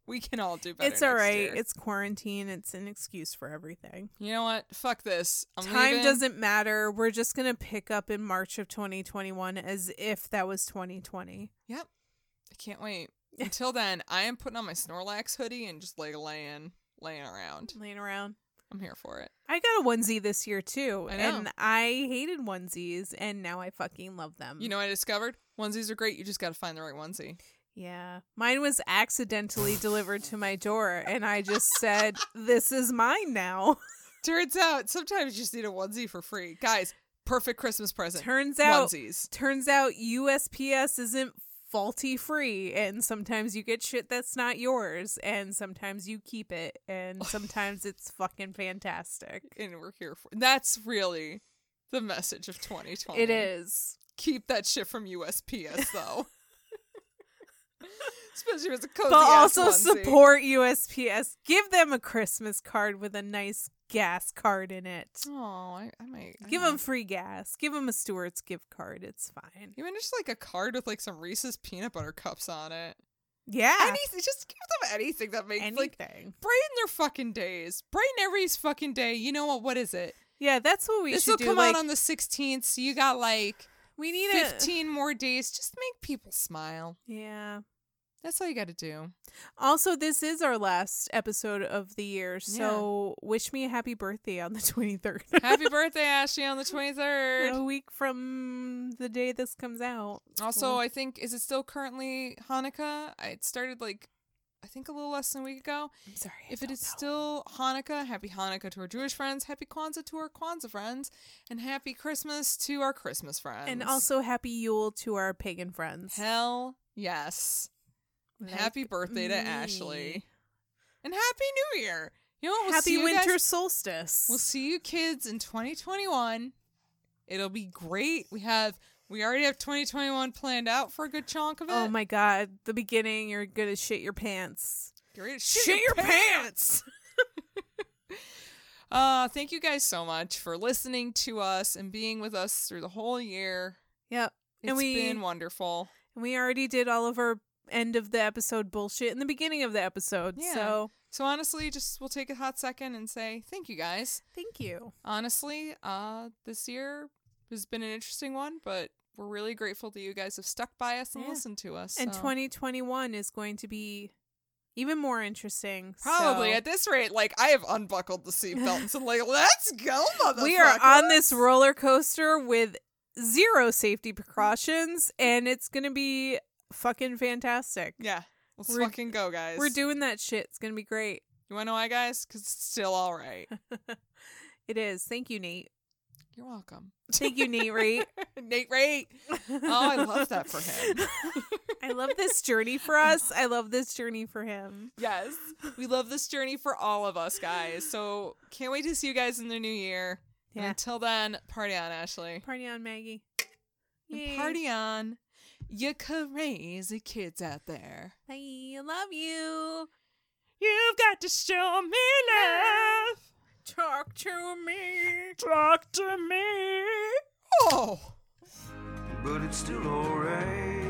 we can all do better. It's all next right. year. It's quarantine. It's an excuse for everything. you know what? Fuck this. I'm Time leaving. doesn't matter. We're just going to pick up in March of 2021 as if that was 2020. Yep. I can't wait. Until then, I am putting on my Snorlax hoodie and just like laying, laying around. Laying around. I'm here for it. I got a onesie this year too, I know. and I hated onesies, and now I fucking love them. You know what I discovered? Onesies are great. You just got to find the right onesie. yeah, mine was accidentally delivered to my door, and I just said, "This is mine now." Turns out sometimes you just need a onesie for free. Guys, perfect Christmas present. turns out, onesies. turns out USPS isn't faulty free, and sometimes you get shit that's not yours, and sometimes you keep it, and sometimes it's fucking fantastic. And we're here for That's really the message of 2020. It is. Keep that shit from USPS though. Especially with a cozy but ass also onesie. support USPS. Give them a Christmas card with a nice gas card in it. Oh, I, I might I Give might. them free gas. Give them a Stewart's gift card. It's fine. Even just like a card with like some Reese's peanut butter cups on it. Yeah. Anything, just give them anything that makes like Anything. brighten their fucking days. Brighten everybody's fucking day. You know what? What is it? Yeah, that's what we This will should do. come like, out on the 16th, so you got like we need a 15 more days. Just make people smile. Yeah. That's all you got to do. Also, this is our last episode of the year, so wish me a happy birthday on the twenty third. Happy birthday, Ashley, on the 23rd. a week from the day this comes out. Also, I think is it still currently Hanukkah? I it started like I think a little less than a week ago. I'm sorry. I If it don't is know. still Hanukkah, happy Hanukkah to our Jewish friends, happy Kwanzaa to our Kwanzaa friends, and happy Christmas to our Christmas friends. and also happy Yule to our pagan friends. hell yes, Like happy birthday to Ashley, me. and happy New Year. You know, what? we'll see happy you guys- winter solstice. We'll see you kids in 2021. It'll be great. We have we already have 2021 planned out for a good chunk of it. Oh my god, the beginning, you're gonna shit your pants. Get ready to shit, your, pants. uh, thank you guys so much for listening to us and being with us through the whole year. Yep. It's and we been wonderful. we already did all of our end of the episode bullshit in the beginning of the episode. Yeah. So So honestly, just we'll take a hot second and say thank you guys. thank you. Honestly, uh, this year has been an interesting one, but we're really grateful that you guys have stuck by us and Yeah. listened to us. And so. 2021 is going to be even more interesting. Probably So at this rate, like I have unbuckled the seatbelts and like, let's go, motherfucker. we are on this roller coaster with zero safety precautions, and it's gonna be fucking fantastic. Yeah, let's We're- fucking go, guys. We're doing that shit. It's gonna be great. You want to know why, guys? Because it's still all right. It is. Thank you, Nate. You're welcome. Thank you, Nate. Right. Nate Ray. Oh, I love that for him. I love this journey for us. I love this journey for him. yes. We love this journey for all of us, guys. So can't wait to see you guys in the new year. And Yeah. until then, party on, Ashley. Party on, Maggie. And Yay. party on, you crazy kids out there. I love you. You've got to show me love. Talk to me. Talk to me. Oh. but it's still alright.